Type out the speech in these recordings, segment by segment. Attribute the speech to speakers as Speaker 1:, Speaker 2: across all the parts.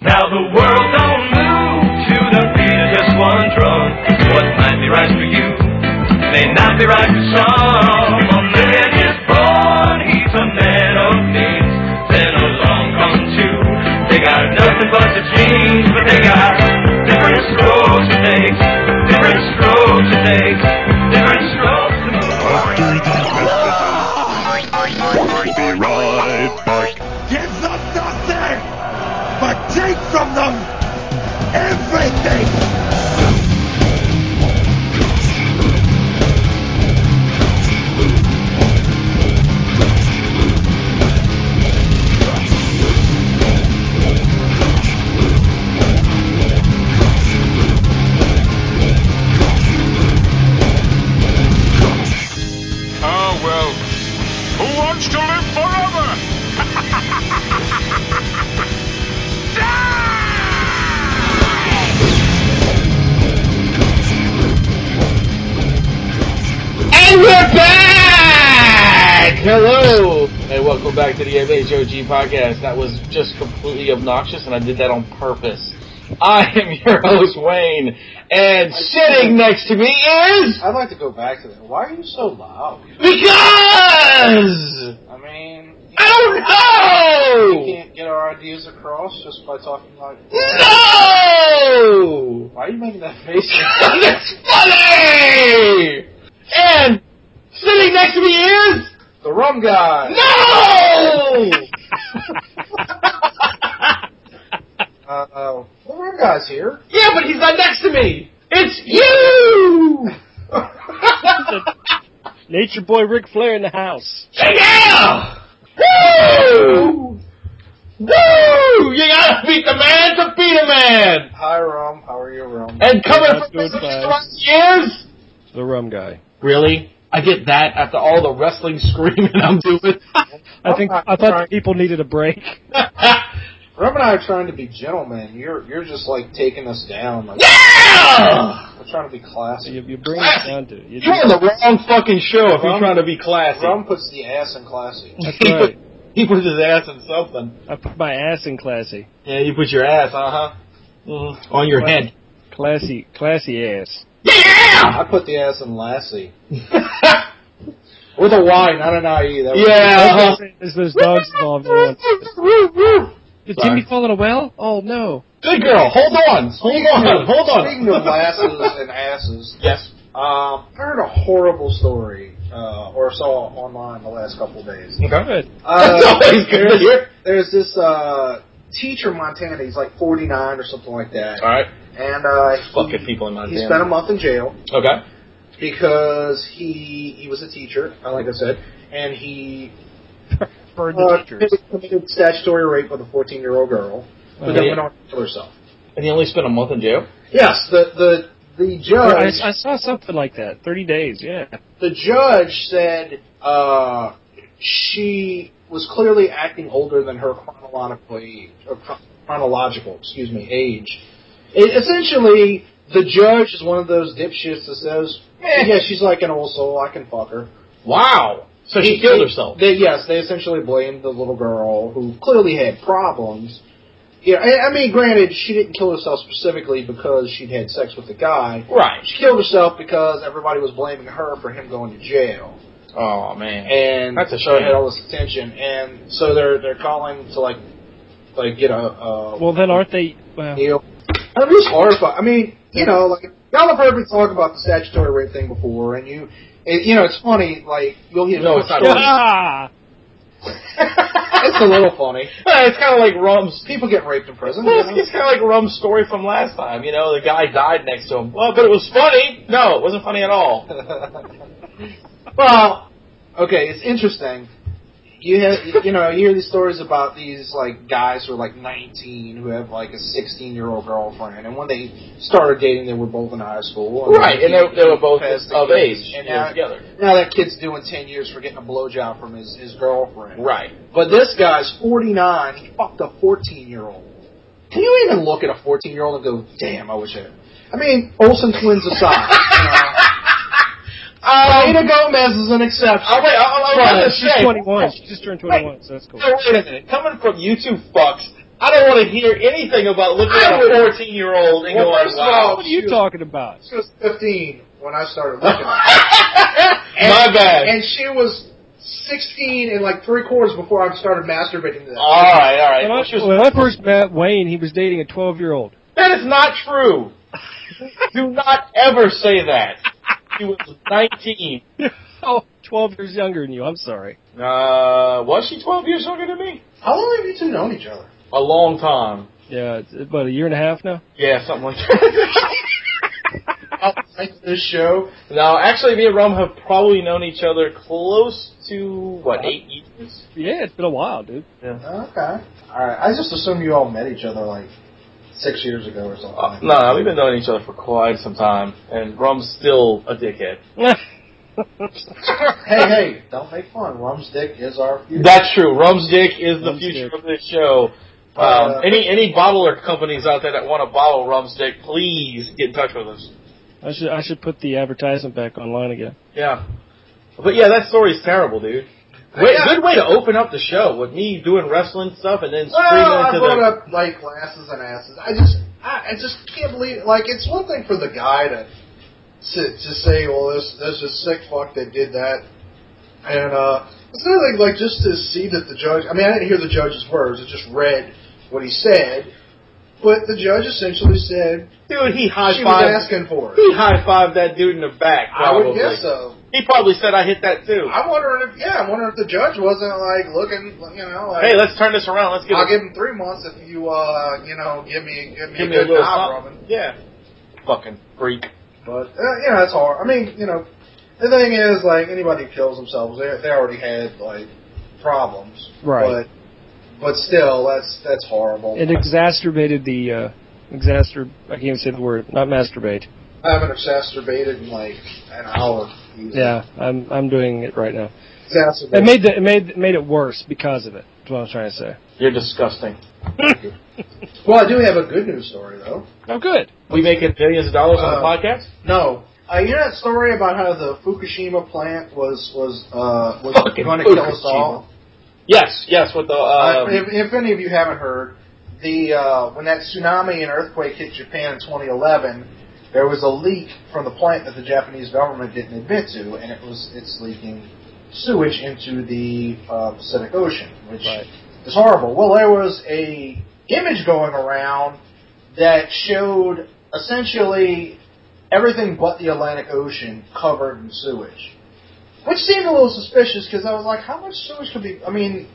Speaker 1: Now the world don't move to the beat of just one drum. What might be right for you may not be right for some. A man is born, he's a man of needs. Then along come two. They got nothing but the genes, but they got different strokes to take, different strokes to take, different strokes to move.
Speaker 2: Be right back.
Speaker 3: Give them nothing, but take from them everything.
Speaker 4: Oh, well. Who wants to live forever?
Speaker 5: And we're back! Hello! And welcome back to the MHOG podcast. That was just completely obnoxious, and I did that on purpose. I am your host, Wayne, and sitting next to me is.
Speaker 6: I'd like to go back to that. Why are you so loud?
Speaker 5: Because!
Speaker 6: I mean, you
Speaker 5: I
Speaker 6: we
Speaker 5: don't know!
Speaker 6: can't get our ideas across just by talking like.
Speaker 5: No!
Speaker 6: Why are you making that face?
Speaker 5: That's funny! And sitting next to me is.
Speaker 6: the rum guy.
Speaker 5: No!
Speaker 6: Uh, uh, the rum guy's here.
Speaker 5: yeah, but he's not next to me. It's you.
Speaker 7: Nature Boy Ric Flair in the house.
Speaker 5: yeah. Woo! Woo! You gotta beat the man to beat a man.
Speaker 6: Hi, rum. How are you, rum?
Speaker 5: And coming
Speaker 7: That's
Speaker 5: from
Speaker 7: good,
Speaker 5: the years.
Speaker 7: The rum guy.
Speaker 5: Really? I get that after all the wrestling screaming I'm doing.
Speaker 7: I think I thought the people needed a break.
Speaker 6: Rum and I are trying to be gentlemen. You're you're just like taking us down. Like
Speaker 5: yeah!
Speaker 6: we're trying to be classy.
Speaker 7: You, you bring it down to you.
Speaker 5: Oh, You're on the wrong fucking show if you're trying to be classy.
Speaker 6: Rum puts the ass in classy.
Speaker 7: That's
Speaker 5: he,
Speaker 7: right.
Speaker 5: put, he puts his ass in something.
Speaker 7: I put my ass in classy,
Speaker 5: Yeah, you put your ass
Speaker 6: Uh huh.
Speaker 5: on your head.
Speaker 7: classy, classy ass.
Speaker 5: Yeah!
Speaker 6: I put the ass in lassie. With a Y, not an IE. That was-
Speaker 5: yeah!
Speaker 7: There's those dogs involved. in it. Did
Speaker 5: Sorry.
Speaker 7: Jimmy fall in a well? Oh no!
Speaker 5: Good girl. Hold on. Hold on. Hold
Speaker 6: Speaking of
Speaker 5: on.
Speaker 6: lasses and asses,
Speaker 5: Yes.
Speaker 6: Um, I heard a horrible story, uh, or saw online the last couple of days.
Speaker 7: Good.
Speaker 5: That's
Speaker 6: Uh,
Speaker 5: always good to hear.
Speaker 6: there's this uh, teacher in Montana. He's like 49 or something like that,
Speaker 5: All right.
Speaker 6: and uh,
Speaker 5: Fucking
Speaker 6: he,
Speaker 5: people in
Speaker 6: he spent
Speaker 5: Montana.
Speaker 6: a month in jail
Speaker 5: Okay.
Speaker 6: because he he was a teacher, uh, like I said, and he
Speaker 7: Burn the
Speaker 6: uh,
Speaker 7: teachers.
Speaker 6: committed statutory rape with a 14 year old girl, but then
Speaker 5: yeah.
Speaker 6: went on to kill herself.
Speaker 5: And he only spent a month in jail.
Speaker 6: Yes, the the the
Speaker 7: I,
Speaker 6: judge.
Speaker 7: I saw something like that. Thirty days. Yeah.
Speaker 6: the judge said uh, she was clearly acting older than her chronological age, or chron- chronological, excuse me, age. It, essentially, the judge is one of those dipshits that says, eh, "Yeah, she's like an old soul. I can fuck her."
Speaker 5: Wow. So she
Speaker 6: They-
Speaker 5: killed
Speaker 6: they-
Speaker 5: herself.
Speaker 6: They, yes, they essentially blamed the little girl who clearly had problems. Yeah, I, I mean, granted, she didn't kill herself specifically because she'd had sex with the guy.
Speaker 5: Right.
Speaker 6: She killed herself because everybody was blaming her for him going to jail
Speaker 5: Oh man.
Speaker 6: and
Speaker 5: That's a
Speaker 6: show
Speaker 5: shame.
Speaker 6: had all this attention, and so they're they're calling to like like get a uh,
Speaker 7: Well, then aren't they? Well,
Speaker 6: deal. I'm just horrified. I mean, you know, like y'all have heard me talk about the statutory rape thing before, and you, it, you know, it's funny. Like you'll hear
Speaker 5: No, it's not
Speaker 7: ah!
Speaker 6: it's a little funny.
Speaker 5: it's kind of like Rum's.
Speaker 6: People get raped in prison. you know?
Speaker 5: It's kind of like Rum's story from last time. You know, the guy died next to him. Well, but it was funny. No, it wasn't funny at all.
Speaker 6: well, okay, it's interesting. You have, you know, you hear these stories about these like guys who are like 19 who have like a 16 year old girlfriend, and when they started dating, they were both in high school. And
Speaker 5: Right, and they, they were both of age and
Speaker 6: And now,
Speaker 5: together.
Speaker 6: now that kid's doing 10 years for getting a blowjob from his his girlfriend.
Speaker 5: Right.
Speaker 6: But this guy's 49. He fucked a 14 year old. Can you even look at a 14 year old and go, damn, I wish I. I mean, Olsen twins aside. you know, Selena Gomez is an exception.
Speaker 5: Oh, wait, I, I, I was about to
Speaker 7: She's
Speaker 5: say-
Speaker 7: twenty-one. She just turned twenty-one, so that's cool.
Speaker 5: Hey, wait a minute. Coming from you two fucks, I don't want to hear anything about looking
Speaker 6: I
Speaker 5: at a
Speaker 6: would-
Speaker 5: 14 year old and
Speaker 6: Well,
Speaker 5: going,
Speaker 6: first of
Speaker 5: wow.
Speaker 6: all,
Speaker 2: What are
Speaker 6: shoot.
Speaker 2: you talking about?
Speaker 6: She was 15 when I started looking at her. And-
Speaker 5: My bad.
Speaker 6: And she was 16 and like three quarters before I started masturbating to that.
Speaker 5: All right, all right.
Speaker 2: When
Speaker 5: Well,
Speaker 2: I,
Speaker 5: she was-
Speaker 2: when I first met Wayne, he was dating a 12 year old.
Speaker 5: that is not true. Do not ever say that. She was 19.
Speaker 2: Oh, 12 years younger than you. I'm sorry.
Speaker 5: Uh, was she 12 years younger than me?
Speaker 6: How long have you two known each other?
Speaker 5: A long time.
Speaker 2: Yeah, it's about a year and a half now.
Speaker 5: Yeah, something like that.
Speaker 6: Outside of Oh, this show,
Speaker 5: now, actually, me and Rum have probably known each other close to, what, eight years?
Speaker 2: Yeah, it's been a while, dude.
Speaker 6: Okay. All right. I just assumed you all met each other like six years ago or something.
Speaker 5: Uh, no, no, we've been knowing each other for quite some time, and Rum's still a dickhead.
Speaker 6: Hey, hey! Don't make fun. Rum's dick is our future.
Speaker 5: That's true. Rum's dick is the
Speaker 2: Rum's
Speaker 5: future
Speaker 2: dick.
Speaker 5: of this show. Um,
Speaker 6: Uh,
Speaker 5: any any bottler companies out there that want to bottle Rum's dick, please get in touch with us.
Speaker 2: I should I should put the advertisement back online again.
Speaker 5: Yeah, but yeah, that story's terrible, dude. Wait,
Speaker 6: Yeah.
Speaker 5: good way to open up the show with me doing wrestling stuff and then
Speaker 6: well,
Speaker 5: screaming
Speaker 6: Oh, I
Speaker 5: into
Speaker 6: brought
Speaker 5: the.
Speaker 6: up like glasses and asses. I just, I, I just can't believe. Like, it's one thing for the guy to to, to say, "Well, this this is sick fuck that did that," and uh, it's another thing like just to see that the judge. I mean, I didn't hear the judge's words. I just read what he said, but the judge essentially said
Speaker 5: Dude, he high
Speaker 6: she was
Speaker 5: fived.
Speaker 6: asking for it.
Speaker 5: He high fived that dude in the back.
Speaker 6: I
Speaker 5: Probably.
Speaker 6: would guess so.
Speaker 5: He probably said I hit that too.
Speaker 6: I'm wondering if yeah, I'm wondering if the judge wasn't like looking, you know, like
Speaker 5: Hey, let's turn this around. Let's get.
Speaker 6: I'll
Speaker 5: a-
Speaker 6: give him three months if you uh, you know, give me give me
Speaker 5: give
Speaker 6: a
Speaker 5: me a
Speaker 6: good
Speaker 5: little
Speaker 6: knob,
Speaker 5: something.
Speaker 6: Robin.
Speaker 5: Yeah. Fucking freak.
Speaker 6: But uh, you know, it's hard. I mean, you know, the thing is like anybody who kills themselves, they they already had like problems,
Speaker 2: Right.
Speaker 6: But but still, that's that's horrible.
Speaker 2: It exacerbated the uh, exacer. I can't even say the word. Not masturbate.
Speaker 6: I haven't exacerbated in like an hour. easily.
Speaker 2: Yeah, I'm I'm doing it right now. It
Speaker 6: exacerbated.
Speaker 2: made the, it made made it worse because of it. That's what I was trying to say.
Speaker 5: You're disgusting.
Speaker 6: well, I do have a good news story though.
Speaker 2: Oh, good.
Speaker 5: We making millions of dollars on the
Speaker 6: Uh,
Speaker 5: podcast?
Speaker 6: No. Uh, you know that story about how the Fukushima plant was was uh, was
Speaker 5: Fucking
Speaker 6: going to kill us all?
Speaker 5: Yes, yes, with the
Speaker 6: Uh,
Speaker 5: uh,
Speaker 6: if, if any of you haven't heard, the uh, when that tsunami and earthquake hit Japan in 2011, there was a leak from the plant that the Japanese government didn't admit to, and it was it's leaking sewage into the uh, Pacific Ocean, which
Speaker 2: Right.
Speaker 6: is horrible. Well, there was a image going around that showed essentially everything but the Atlantic Ocean covered in sewage, which seemed a little suspicious because I was like, how much sewage could be? I mean,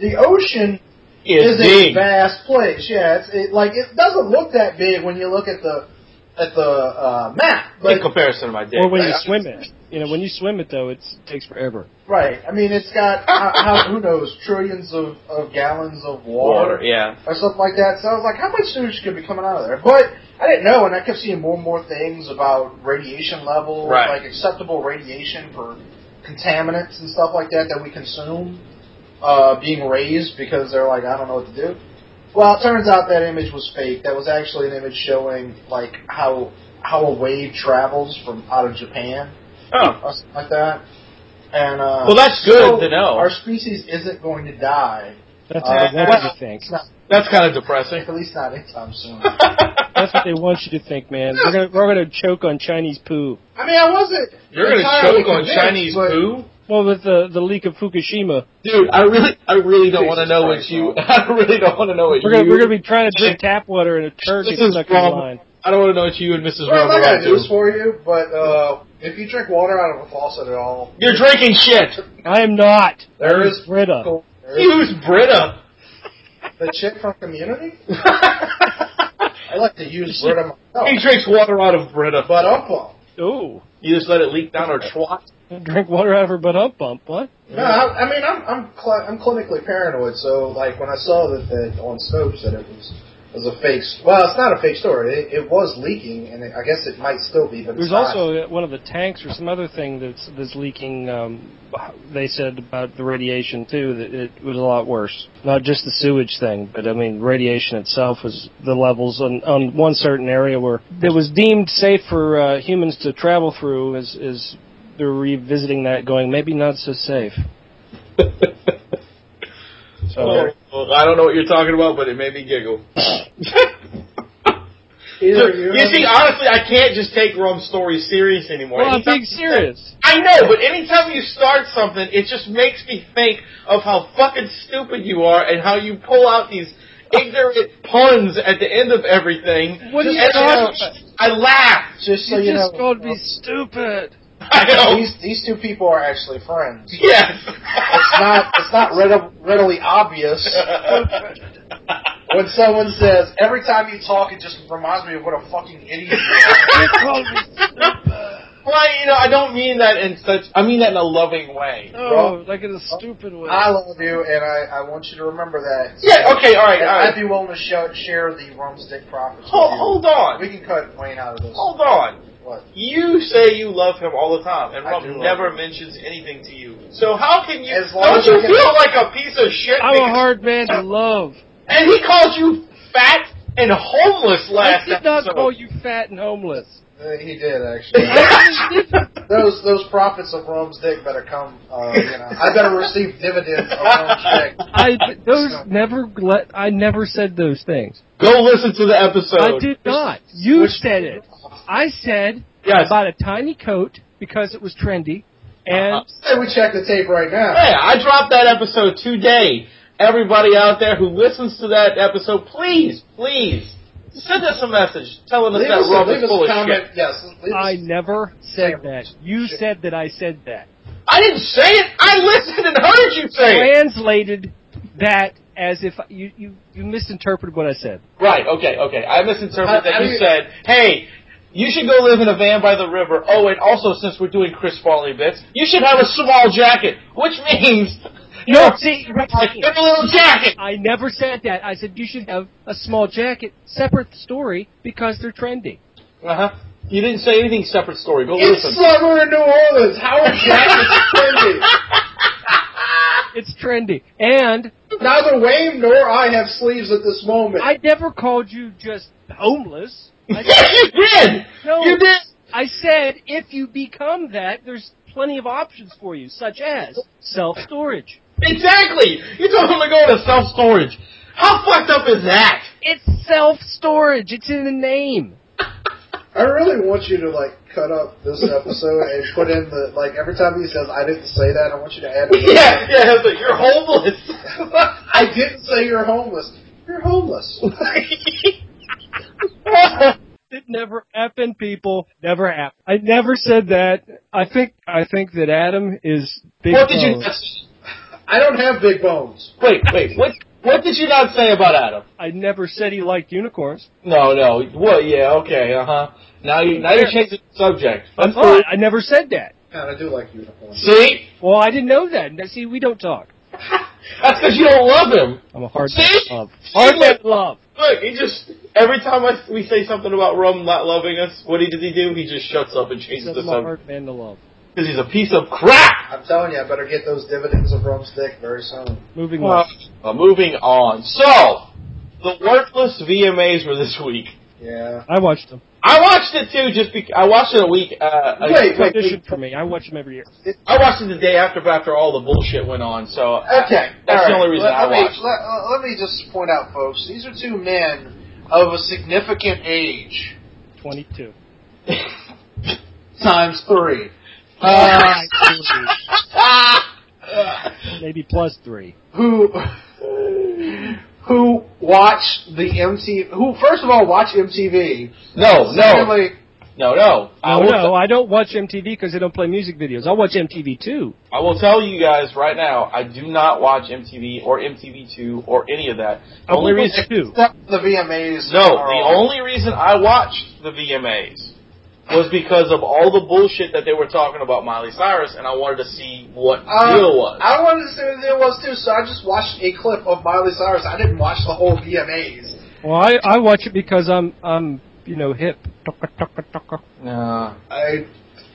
Speaker 6: the ocean
Speaker 5: is
Speaker 6: is a
Speaker 5: big.
Speaker 6: vast place. Yeah, it's it, like it doesn't look that big when you look at the at the uh, map, but
Speaker 5: in comparison to my dick.
Speaker 2: Or when you
Speaker 5: Right.
Speaker 2: swim it. You know, when you swim it though, it's, it takes forever.
Speaker 6: right. I mean, it's got how, how, who knows trillions of, of gallons of water,
Speaker 5: water, yeah.
Speaker 6: or something like that. So I was like, how much sewage could be coming out of there? But I didn't know, and I kept seeing more and more things about radiation levels,
Speaker 5: Right.
Speaker 6: like acceptable radiation for contaminants and stuff like that that we consume uh, being raised because they're like, I don't know what to do. Well, it turns out that image was fake. That was actually an image showing like how how a wave travels from out of Japan
Speaker 5: Oh,
Speaker 6: or something like that. And uh,
Speaker 5: Well, that's
Speaker 6: so
Speaker 5: good to know.
Speaker 6: Our species isn't going to die.
Speaker 2: That's
Speaker 6: Uh,
Speaker 2: what they want you
Speaker 6: well-
Speaker 2: to think.
Speaker 6: It's not,
Speaker 5: that's kind of depressing.
Speaker 6: at least not anytime soon.
Speaker 2: That's what they want you to think, man. We're gonna we're gonna choke on Chinese poo.
Speaker 6: I mean, I wasn't.
Speaker 5: You're gonna
Speaker 6: entirely
Speaker 5: choke on
Speaker 6: convinced,
Speaker 5: Chinese
Speaker 6: but-
Speaker 5: poo,
Speaker 2: Well, with the the leak of Fukushima,
Speaker 5: dude. I really, I really don't
Speaker 6: Jesus
Speaker 5: want to know what
Speaker 6: Christ,
Speaker 5: you.
Speaker 6: Rob.
Speaker 5: I really don't want to know what
Speaker 2: we're gonna
Speaker 5: you.
Speaker 2: we're gonna be trying to drink tap water and a turd
Speaker 5: This
Speaker 2: gets
Speaker 5: is
Speaker 2: stuck in the
Speaker 5: wrong.
Speaker 2: line.
Speaker 5: I don't want to know what you and Mrs.
Speaker 6: Well, I'm not
Speaker 5: Rumble
Speaker 6: gonna do
Speaker 5: are
Speaker 6: this for you, but uh, if you drink water out of a faucet at all,
Speaker 5: You're drinking shit.
Speaker 2: I am not.
Speaker 6: There
Speaker 2: That was
Speaker 6: is-
Speaker 2: Brita.
Speaker 6: there is
Speaker 5: Use Brita.
Speaker 6: the chick from Community.
Speaker 5: he
Speaker 6: I like to use word of myself,
Speaker 5: drinks water out of Brita.
Speaker 6: but umpa.
Speaker 2: Ooh,
Speaker 5: You just let it leak down her twat.
Speaker 2: drink water out of her butt hump bump. What?
Speaker 6: No, I, I mean I'm I'm cl- I'm clinically paranoid, so like when I saw that, that on Snopes that it was was a fake. s- Well, it's not a fake story. It, it was leaking, and it, I guess it might still be, but it's
Speaker 2: There's
Speaker 6: not.
Speaker 2: also uh, one of the tanks or some other thing that's that's leaking. Um, they said about the radiation too that it was a lot worse. Not just the sewage thing, but I mean radiation itself was the levels on on one certain area where it was deemed safe for uh, humans to travel through. Is is they're revisiting that, going maybe not so safe. So
Speaker 5: Oh, Well, I don't know what you're talking about, but it made me giggle.
Speaker 6: Either
Speaker 5: Dude,
Speaker 6: you
Speaker 5: you see, honestly, I can't just take Rome's story serious anymore.
Speaker 2: Well, I'm
Speaker 5: Anytime-
Speaker 2: being serious.
Speaker 5: I know, but anytime you start something, it just makes me think of how fucking stupid you are and how you pull out these ignorant puns at the end of everything.
Speaker 2: What are you
Speaker 5: And I-
Speaker 2: talking about?
Speaker 5: I laughed.
Speaker 6: just so
Speaker 2: you
Speaker 6: you
Speaker 2: just
Speaker 6: know,
Speaker 2: called me stupid.
Speaker 5: I know.
Speaker 6: these these two people are actually friends.
Speaker 5: Yes.
Speaker 6: It's not it's not read, readily obvious when someone says every time you talk, it just reminds me of what a fucking idiot you are.
Speaker 2: You called me stupid.
Speaker 5: well, you know, I don't mean that in such. I mean that in a loving way.
Speaker 2: No, Oh, like in a stupid way.
Speaker 6: I love you, and I, I want you to remember that.
Speaker 5: Yeah. Okay. All right.
Speaker 6: And
Speaker 5: All
Speaker 6: I'd
Speaker 5: right.
Speaker 6: be willing to show, share the rumstick profits.
Speaker 5: Hold,
Speaker 6: with you.
Speaker 5: hold on.
Speaker 6: We can cut Wayne out of this.
Speaker 5: Hold on.
Speaker 6: What?
Speaker 5: You say you love him all the time, and
Speaker 6: I
Speaker 5: Rob
Speaker 6: do love
Speaker 5: never
Speaker 6: him.
Speaker 5: mentions anything to you. So how can you?
Speaker 6: As long
Speaker 5: Don't
Speaker 6: as
Speaker 5: you
Speaker 6: I can-
Speaker 5: feel like a piece of shit?
Speaker 2: I'm a
Speaker 5: because-
Speaker 2: hard man to love.
Speaker 5: and he calls you fat and homeless
Speaker 2: I
Speaker 5: last
Speaker 2: did not
Speaker 5: episode.
Speaker 2: call you fat and homeless.
Speaker 6: Uh, He did actually.
Speaker 2: I really didn't.
Speaker 6: those those profits of Rome's dick better come. Uh, you know, I better receive dividends of Rome's dick.
Speaker 2: I those never let. I never said those things.
Speaker 5: Go listen to the episode.
Speaker 2: I did not. You
Speaker 6: Which-
Speaker 2: said it. I said
Speaker 5: Yes.
Speaker 2: about a tiny coat because it was trendy, and
Speaker 5: Uh-huh.
Speaker 6: Say we check the tape right now.
Speaker 5: Hey, I dropped that episode today. Everybody out there who listens to that episode, please, please send us a message telling us
Speaker 6: Leave
Speaker 5: that
Speaker 6: us,
Speaker 5: Rob
Speaker 6: a, leave
Speaker 5: is
Speaker 6: us
Speaker 5: full
Speaker 6: a
Speaker 5: of
Speaker 6: comment.
Speaker 5: shit.
Speaker 6: Yes, leave us.
Speaker 2: I never said that. You said that I said that.
Speaker 5: I didn't say it. I listened and heard you say it.
Speaker 2: Translated that as if you you you misinterpreted what I said.
Speaker 5: Right. Okay. Okay. I misinterpreted
Speaker 6: How-
Speaker 5: that.
Speaker 6: how
Speaker 5: you
Speaker 6: do you-
Speaker 5: said, "Hey, you should go live in a van by the river." Oh, and also, since we're doing Chris Farley bits, you should have a small jacket, which means
Speaker 2: No, see,
Speaker 5: like a little jacket.
Speaker 2: I never said that. I said you should have a small jacket, separate story because they're trendy.
Speaker 5: Uh huh. You didn't say anything separate story. Go
Speaker 6: It's
Speaker 5: listen.
Speaker 6: summer in New Orleans. How are jackets trendy?
Speaker 2: It's trendy, and
Speaker 6: Neither Wayne nor I have sleeves at this moment.
Speaker 2: I never called you just homeless. I said,
Speaker 5: yes, you did.
Speaker 2: No.
Speaker 5: You did.
Speaker 2: I said if you become that, there's plenty of options for you, such as self storage.
Speaker 5: Exactly. You told him to go to self storage. How fucked up is that?
Speaker 2: It's self storage. It's in the name.
Speaker 6: I really want you to like cut up this episode and put in the like every time he says I didn't say that, I want you to add. it.
Speaker 5: Yeah, yeah. it's Like, you're homeless.
Speaker 6: I didn't say you're homeless. You're homeless.
Speaker 2: It never happened, people. Never happened. I never said that. I think I think that Adam is big.
Speaker 5: what did you?
Speaker 2: bones.
Speaker 6: I don't have big bones.
Speaker 5: Wait, wait. What? What did you not say about Adam?
Speaker 2: I never said he liked unicorns.
Speaker 5: No, no. What? Yeah. Okay. Uh huh. Now you now you're changing the subject. That's cool.
Speaker 2: But Oh, I never said that.
Speaker 6: God, I do like unicorns.
Speaker 5: See,
Speaker 2: Well, I didn't know that. Now, See, we don't talk.
Speaker 5: that's because you don't love him.
Speaker 2: I'm a hard
Speaker 5: See?
Speaker 2: man to love. Hard man to love.
Speaker 5: Look, he just every time I, we say something about Rome not loving us, what he does he do? He just shuts up and changes
Speaker 2: Says
Speaker 5: the
Speaker 2: I'm a
Speaker 5: subject
Speaker 2: hard man to love.
Speaker 5: because he's a piece of crap.
Speaker 6: I'm telling you, I better get those dividends of Rome's dick very soon.
Speaker 2: Moving
Speaker 5: Uh,
Speaker 2: on.
Speaker 5: uh, moving on. So, the worthless VMAs were this week.
Speaker 6: Yeah.
Speaker 2: I watched them.
Speaker 5: I watched it too. Just bec I watched it a week. Uh,
Speaker 6: Wait, wait,
Speaker 2: Tradition for me. I watch them every year.
Speaker 5: I watched it the day after, but after all the bullshit went on. So
Speaker 6: Okay.
Speaker 5: That's
Speaker 6: all
Speaker 5: the
Speaker 6: right.
Speaker 5: only reason
Speaker 6: let,
Speaker 5: I
Speaker 6: let me,
Speaker 5: watched.
Speaker 6: Let, uh, let me just point out, folks, these are two men of a significant age,
Speaker 2: 22.
Speaker 6: times three.
Speaker 2: Uh, maybe plus three.
Speaker 6: who who watch the MTV. Who first of all watch MTV.
Speaker 5: no, no,
Speaker 6: Secondly,
Speaker 5: no, no. I
Speaker 2: No,
Speaker 5: will
Speaker 2: Oh, no, I don't watch MTV because they don't play music videos. I watch MTV too.
Speaker 5: I will tell you guys right now. I do not watch MTV or MTV2 or any of that. The
Speaker 2: I
Speaker 5: only
Speaker 2: watch
Speaker 5: reason,
Speaker 2: two.
Speaker 6: except the VMAs.
Speaker 5: no,
Speaker 6: are
Speaker 5: the
Speaker 6: on.
Speaker 5: only reason I watched the VMAs was because of all the bullshit that they were talking about Miley Cyrus, and I wanted to see what
Speaker 6: Uh,
Speaker 5: real was.
Speaker 6: I wanted to see what it was too, so I just watched a clip of Miley Cyrus. I didn't watch the whole VMAs.
Speaker 2: Well, I, I watch it because I'm I'm you know hip.
Speaker 5: Nah.
Speaker 6: I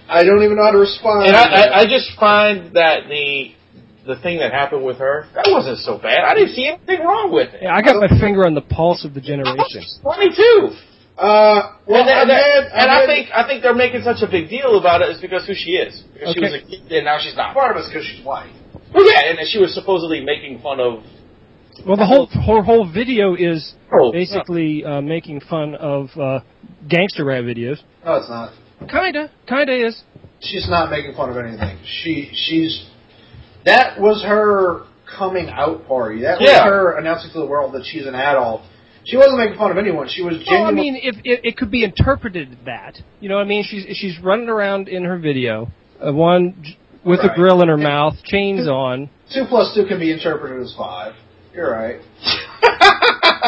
Speaker 6: I don't even know how to respond.
Speaker 5: And I, I, I just find that the the thing that happened with her that wasn't so bad. I didn't see anything wrong with it.
Speaker 2: Yeah, I got my finger on the pulse of the
Speaker 5: I was
Speaker 2: generation.
Speaker 5: just Twenty-two,
Speaker 6: uh, well,
Speaker 5: and, that- that-
Speaker 6: I'm mad- I'm
Speaker 5: and I
Speaker 6: mad-
Speaker 5: think I think they're making such a big deal about it is because who she is. Because She was
Speaker 2: Okay.
Speaker 5: a kid and now she's not.
Speaker 6: part of it's because she's white.
Speaker 5: Well, yeah, and she was supposedly making fun of
Speaker 2: Well, the whole her whole video is
Speaker 6: Oh,
Speaker 2: basically uh, making fun of uh, gangster rap videos.
Speaker 6: no, it's not.
Speaker 2: Kinda, kinda is.
Speaker 6: She's not making fun of anything. She she's that was her coming out party. That
Speaker 5: Yeah.
Speaker 6: was her announcing to the world that she's an adult. She wasn't making fun of anyone. She was
Speaker 2: Well, I
Speaker 6: genuinely.
Speaker 2: mean, if it, it could be interpreted that, you know, what I mean, she's she's running around in her video, uh, one j- with
Speaker 6: Right.
Speaker 2: a grill in her mouth, chains on.
Speaker 6: two plus two can be interpreted as five. You're right.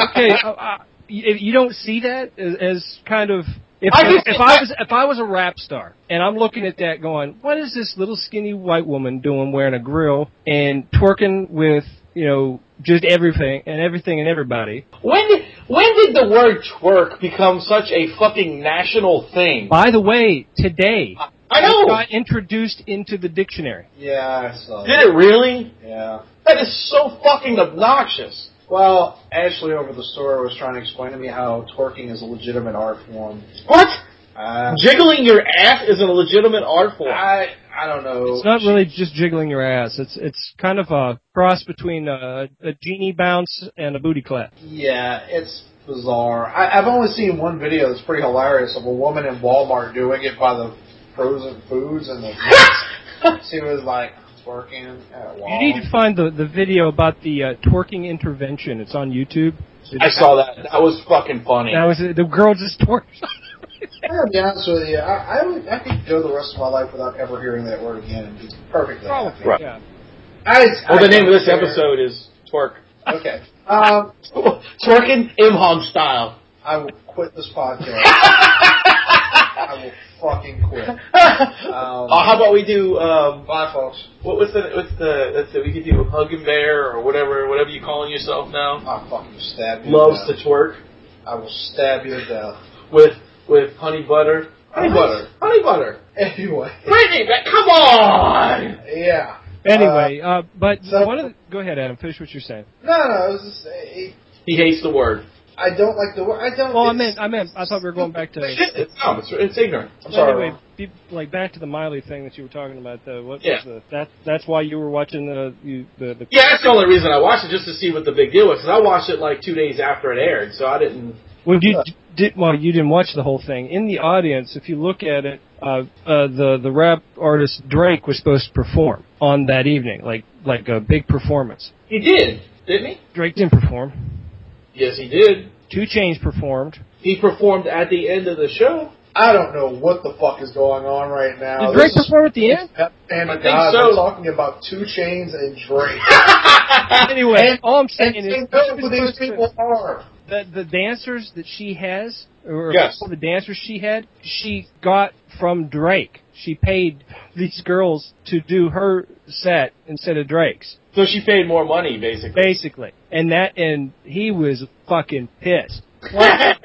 Speaker 2: Okay, uh, uh, you, you don't see that as, as kind of if
Speaker 5: I just-
Speaker 2: if I was if I was a rap star and I'm looking at that going, what is this little skinny white woman doing wearing a grill and twerking with you know just everything and everything and everybody
Speaker 5: When did, when did the word twerk become such a fucking national thing?
Speaker 2: By the way, today
Speaker 5: I
Speaker 2: it
Speaker 5: know.
Speaker 2: got introduced into the dictionary.
Speaker 6: Yeah, I saw.
Speaker 5: Did it really?
Speaker 6: that. Yeah.
Speaker 5: That is so fucking obnoxious.
Speaker 6: Well, Ashley over the store was trying to explain to me how twerking is a legitimate art form.
Speaker 5: What?
Speaker 6: Uh,
Speaker 5: Jiggling your ass is a legitimate art form.
Speaker 6: I I don't know.
Speaker 2: It's not really just jiggling your ass. It's it's kind of a cross between a, a genie bounce and a booty clap.
Speaker 6: Yeah, it's bizarre. I, I've only seen one video that's pretty hilarious of a woman in Walmart doing it by the frozen foods and the. she was like twerking at Walmart.
Speaker 2: You need to find the, the video about the uh, twerking intervention. It's on YouTube.
Speaker 5: I saw that. That was fucking funny.
Speaker 2: That was the girl just twerked.
Speaker 6: I gotta be honest with you. I, I would I could go the rest of my life without ever hearing that word again and be perfectly happy.
Speaker 5: Right.
Speaker 2: Yeah.
Speaker 6: I,
Speaker 5: well,
Speaker 6: I
Speaker 5: the name of this
Speaker 6: don't care.
Speaker 5: episode is twerk.
Speaker 6: Okay. Um,
Speaker 5: Twerking Imhong style.
Speaker 6: I will quit this podcast. I will fucking quit. Um,
Speaker 5: Uh, how about we do um,
Speaker 6: bye, folks.
Speaker 5: what, what's the what's the that's it? We could do hug and bear or whatever whatever you calling yourself now.
Speaker 6: I'll fucking stab you.
Speaker 5: Loves to
Speaker 6: to.
Speaker 5: twerk
Speaker 6: I will stab you to death.
Speaker 5: with with honey butter. Honey
Speaker 6: What?
Speaker 5: butter. Honey butter.
Speaker 6: Anyway.
Speaker 5: Brittany, but come on.
Speaker 6: Yeah.
Speaker 2: Anyway, uh, but
Speaker 6: so-
Speaker 2: one of the, go ahead, Adam. Finish what you're saying.
Speaker 6: No, no. It was just, it,
Speaker 5: He hates the word.
Speaker 6: I don't like the word. I don't.
Speaker 2: Well, I
Speaker 6: it's-
Speaker 2: meant I meant I thought we were going back to.
Speaker 5: It's, it's, no, it's, it's ignorant.
Speaker 6: I'm sorry.
Speaker 2: Anyway, be, like back to the Miley thing that you were talking about. Though, what
Speaker 5: Yeah.
Speaker 2: was the that? That's why you were watching the you the, the
Speaker 5: Yeah, that's the only reason I watched it just to see what the big deal was because I watched it like two days after it aired, so I didn't.
Speaker 2: Well, you
Speaker 6: Yeah.
Speaker 2: d- did. Well, you didn't watch the whole thing. In the audience, if you look at it, uh, uh, the the rap artist Drake was supposed to perform on that evening, like like a big performance.
Speaker 5: He did, didn't he?
Speaker 2: Drake didn't perform.
Speaker 5: Yes, he did.
Speaker 2: Two Chains performed.
Speaker 5: He performed at the end of the show.
Speaker 6: I don't know what the fuck is going on right now.
Speaker 2: Did Drake
Speaker 6: This is-
Speaker 2: perform at the end?
Speaker 6: And
Speaker 5: I think
Speaker 6: God,
Speaker 5: so.
Speaker 6: we're talking about two chains and Drake.
Speaker 2: Anyway,
Speaker 6: And-
Speaker 2: all I'm saying
Speaker 6: and
Speaker 2: is
Speaker 6: and
Speaker 2: she
Speaker 6: both
Speaker 2: was
Speaker 6: of these
Speaker 2: supposed to-
Speaker 6: people are.
Speaker 2: the the dancers that she has, or
Speaker 5: Yes.
Speaker 2: all the dancers she had, she got from Drake. She paid these girls to do her set instead of Drake's.
Speaker 5: So she paid more money, basically.
Speaker 2: basically. And that, and he was fucking pissed. Plus,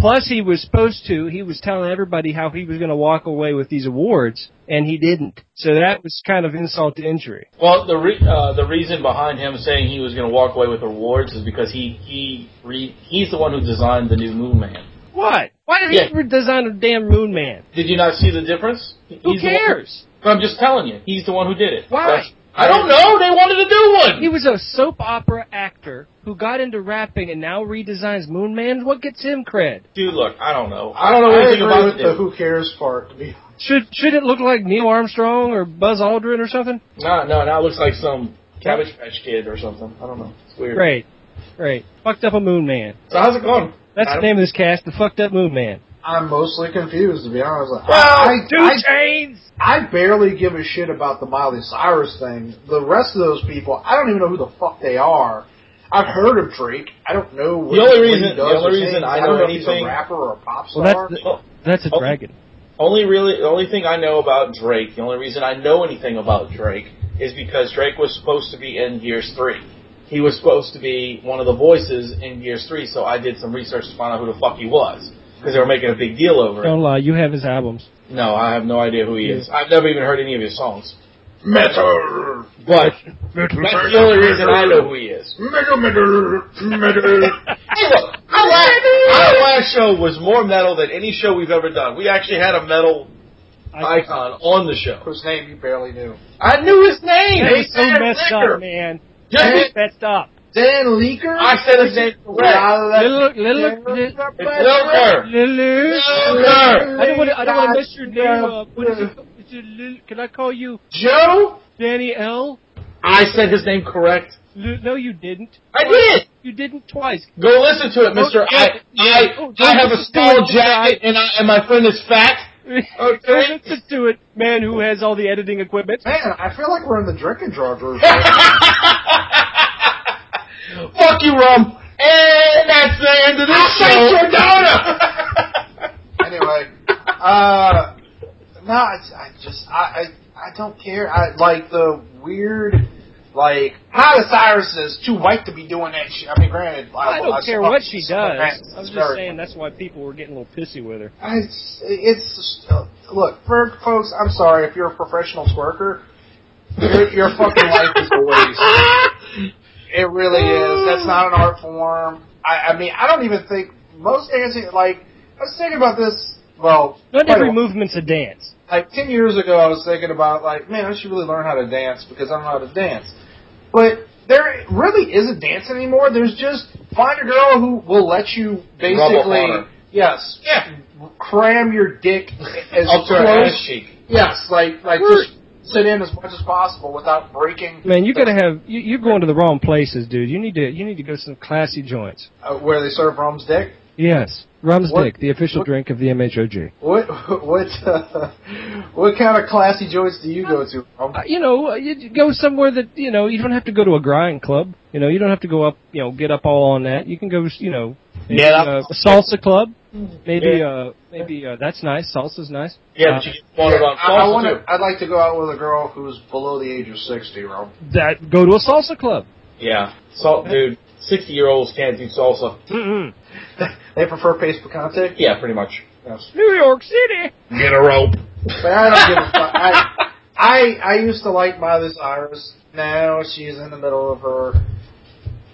Speaker 2: plus he was supposed to. He was telling everybody how he was going to walk away with these awards, and he didn't. So that was kind of insult to injury.
Speaker 5: Well, the re- uh, the reason behind him saying he was going to walk away with awards is because he he re- he's the one who designed the new Moon Man.
Speaker 2: What? Why did
Speaker 5: Yeah.
Speaker 2: he design a damn Moon Man?
Speaker 5: Did you not see the difference?
Speaker 2: Who
Speaker 5: He's the one-
Speaker 2: cares?
Speaker 5: I'm just telling you, he's the one who did it.
Speaker 2: Why?
Speaker 5: That's- I don't know. They wanted to do one.
Speaker 2: He was a soap opera actor who got into rapping and now redesigns Moon Man. What gets him cred?
Speaker 5: Dude, look, I don't know. I don't know
Speaker 6: I
Speaker 5: anything
Speaker 6: agree
Speaker 5: about
Speaker 6: with the
Speaker 5: it.
Speaker 6: who cares part. To be
Speaker 2: Should should it look like Neil Armstrong or Buzz Aldrin or something?
Speaker 5: No, no, now it looks like some Cabbage Patch Kid or something. I don't know. It's weird.
Speaker 2: Great, great. Fucked up a Moon Man.
Speaker 5: So how's it going?
Speaker 2: That's the name of this cast, the fucked up Moon Man.
Speaker 6: I'm mostly confused, to be honest. Like,
Speaker 5: Well,
Speaker 6: I,
Speaker 2: Two
Speaker 6: I,
Speaker 2: chains.
Speaker 6: I barely give a shit about the Miley Cyrus thing. The rest of those people, I don't even know who the fuck they are. I've heard of Drake. I don't know what
Speaker 5: The only
Speaker 6: what he
Speaker 5: reason-
Speaker 6: does
Speaker 5: the
Speaker 6: or
Speaker 5: only
Speaker 6: sings.
Speaker 5: reason I
Speaker 6: I don't
Speaker 5: know
Speaker 6: know if he's
Speaker 5: anything-
Speaker 6: a rapper or a pop star.
Speaker 2: Well, that's
Speaker 5: Oh.
Speaker 2: that's a
Speaker 5: Oh.
Speaker 2: dragon.
Speaker 5: Only really, the only thing I know about Drake, the only reason I know anything about Drake is because Drake was supposed to be in Gears 3. He was supposed to be one of the voices in Gears 3, so I did some research to find out who the fuck he was. Because they were making a big deal over it.
Speaker 2: Don't lie, you have his albums.
Speaker 5: No, I have no idea who he is. I've never even heard any of his songs.
Speaker 6: metal,
Speaker 5: But that's the only reason I know who he is.
Speaker 6: metal, metal, metal.
Speaker 5: Hey, look, our last, our last show was more metal than any show we've ever done. We actually had a metal icon on the show.
Speaker 6: Whose name you barely knew.
Speaker 5: I knew his name.
Speaker 2: That was so
Speaker 5: Hey, Sam
Speaker 2: messed
Speaker 5: Ricker.
Speaker 2: up, man.
Speaker 5: Yes,
Speaker 2: That's messed up.
Speaker 6: Dan Leaker?
Speaker 5: I said his name correct.
Speaker 2: Little, little, little,
Speaker 5: It's Lilker.
Speaker 2: I don't want to. I don't want to mess your name up. What is it? Is it Lil, can I call you
Speaker 6: Joe?
Speaker 2: Danny L?
Speaker 5: I said his name correct.
Speaker 2: L- no, you didn't.
Speaker 5: I did.
Speaker 2: You didn't twice.
Speaker 5: Go listen to it, Mister. I I I have a steel jacket and I, and my friend is fat. Okay.
Speaker 2: Listen to it, man who has all the editing equipment.
Speaker 6: Man, I feel like we're in the drinking drawer. group.
Speaker 5: Fuck you, Rum. And that's the end of this show. your daughter.
Speaker 6: anyway, uh, no, I, I just I, I I don't care. I like the weird, like Miley Cyrus is too white to be doing that shit. I mean, granted,
Speaker 2: I don't care what she does. I'm
Speaker 6: was
Speaker 2: just saying that's why people were getting a little pissy with her.
Speaker 6: It's it's uh, look, for folks. I'm sorry if you're a professional twerker, your your fucking life is a waste. It really is. That's not an art form. I, I mean, I don't even think most dancing. Like I was thinking about this. Well,
Speaker 2: Not
Speaker 6: quite a
Speaker 2: every
Speaker 6: while-
Speaker 2: movement's a dance.
Speaker 6: like ten years ago, I was thinking about like, man, I should really learn how to dance because I don't know how to dance. But there really isn't dance anymore. There's just find a girl who will let
Speaker 5: Rub
Speaker 6: you
Speaker 5: up on her.
Speaker 6: basically, yes,
Speaker 5: Yeah.
Speaker 6: cram your dick as
Speaker 5: Up to her ass
Speaker 6: close,
Speaker 5: cheek.
Speaker 6: yes, like like just sit in as much as possible without breaking.
Speaker 2: Man, you gotta have you, you're going to the wrong places, dude. You need to you need to go to some classy joints.
Speaker 6: uh, where they serve rum's dick.
Speaker 2: Yes, rum's
Speaker 6: What-
Speaker 2: dick, the official
Speaker 6: what-
Speaker 2: drink of the MHOG.
Speaker 6: What what uh, what kind of classy joints do you go to? Rum?
Speaker 2: Uh, you know, uh, you you go somewhere that you know you don't have to go to a grind club. You know, you don't have to go up. You know, get up all on that. You can go. You know, maybe,
Speaker 5: Yeah,
Speaker 2: uh, a salsa club. Maybe
Speaker 5: Yeah.
Speaker 2: uh maybe uh, that's nice. Salsa's nice. Uh,
Speaker 5: Yeah, but you get wanted on
Speaker 6: I, I
Speaker 5: false
Speaker 6: wanna,
Speaker 5: too.
Speaker 6: I'd like to go out with a girl who's below the age of sixty, Rum.
Speaker 2: That go to a salsa club.
Speaker 5: Yeah, salt, dude. Sixty-year-olds can't do salsa.
Speaker 2: Mm-mm.
Speaker 6: They prefer paste picante.
Speaker 5: Yeah, pretty much.
Speaker 6: Yes.
Speaker 2: New York City.
Speaker 5: Get a rope.
Speaker 6: But I don't give a fuck. I, I I used to like Miley Cyrus. Now she's in the middle of her.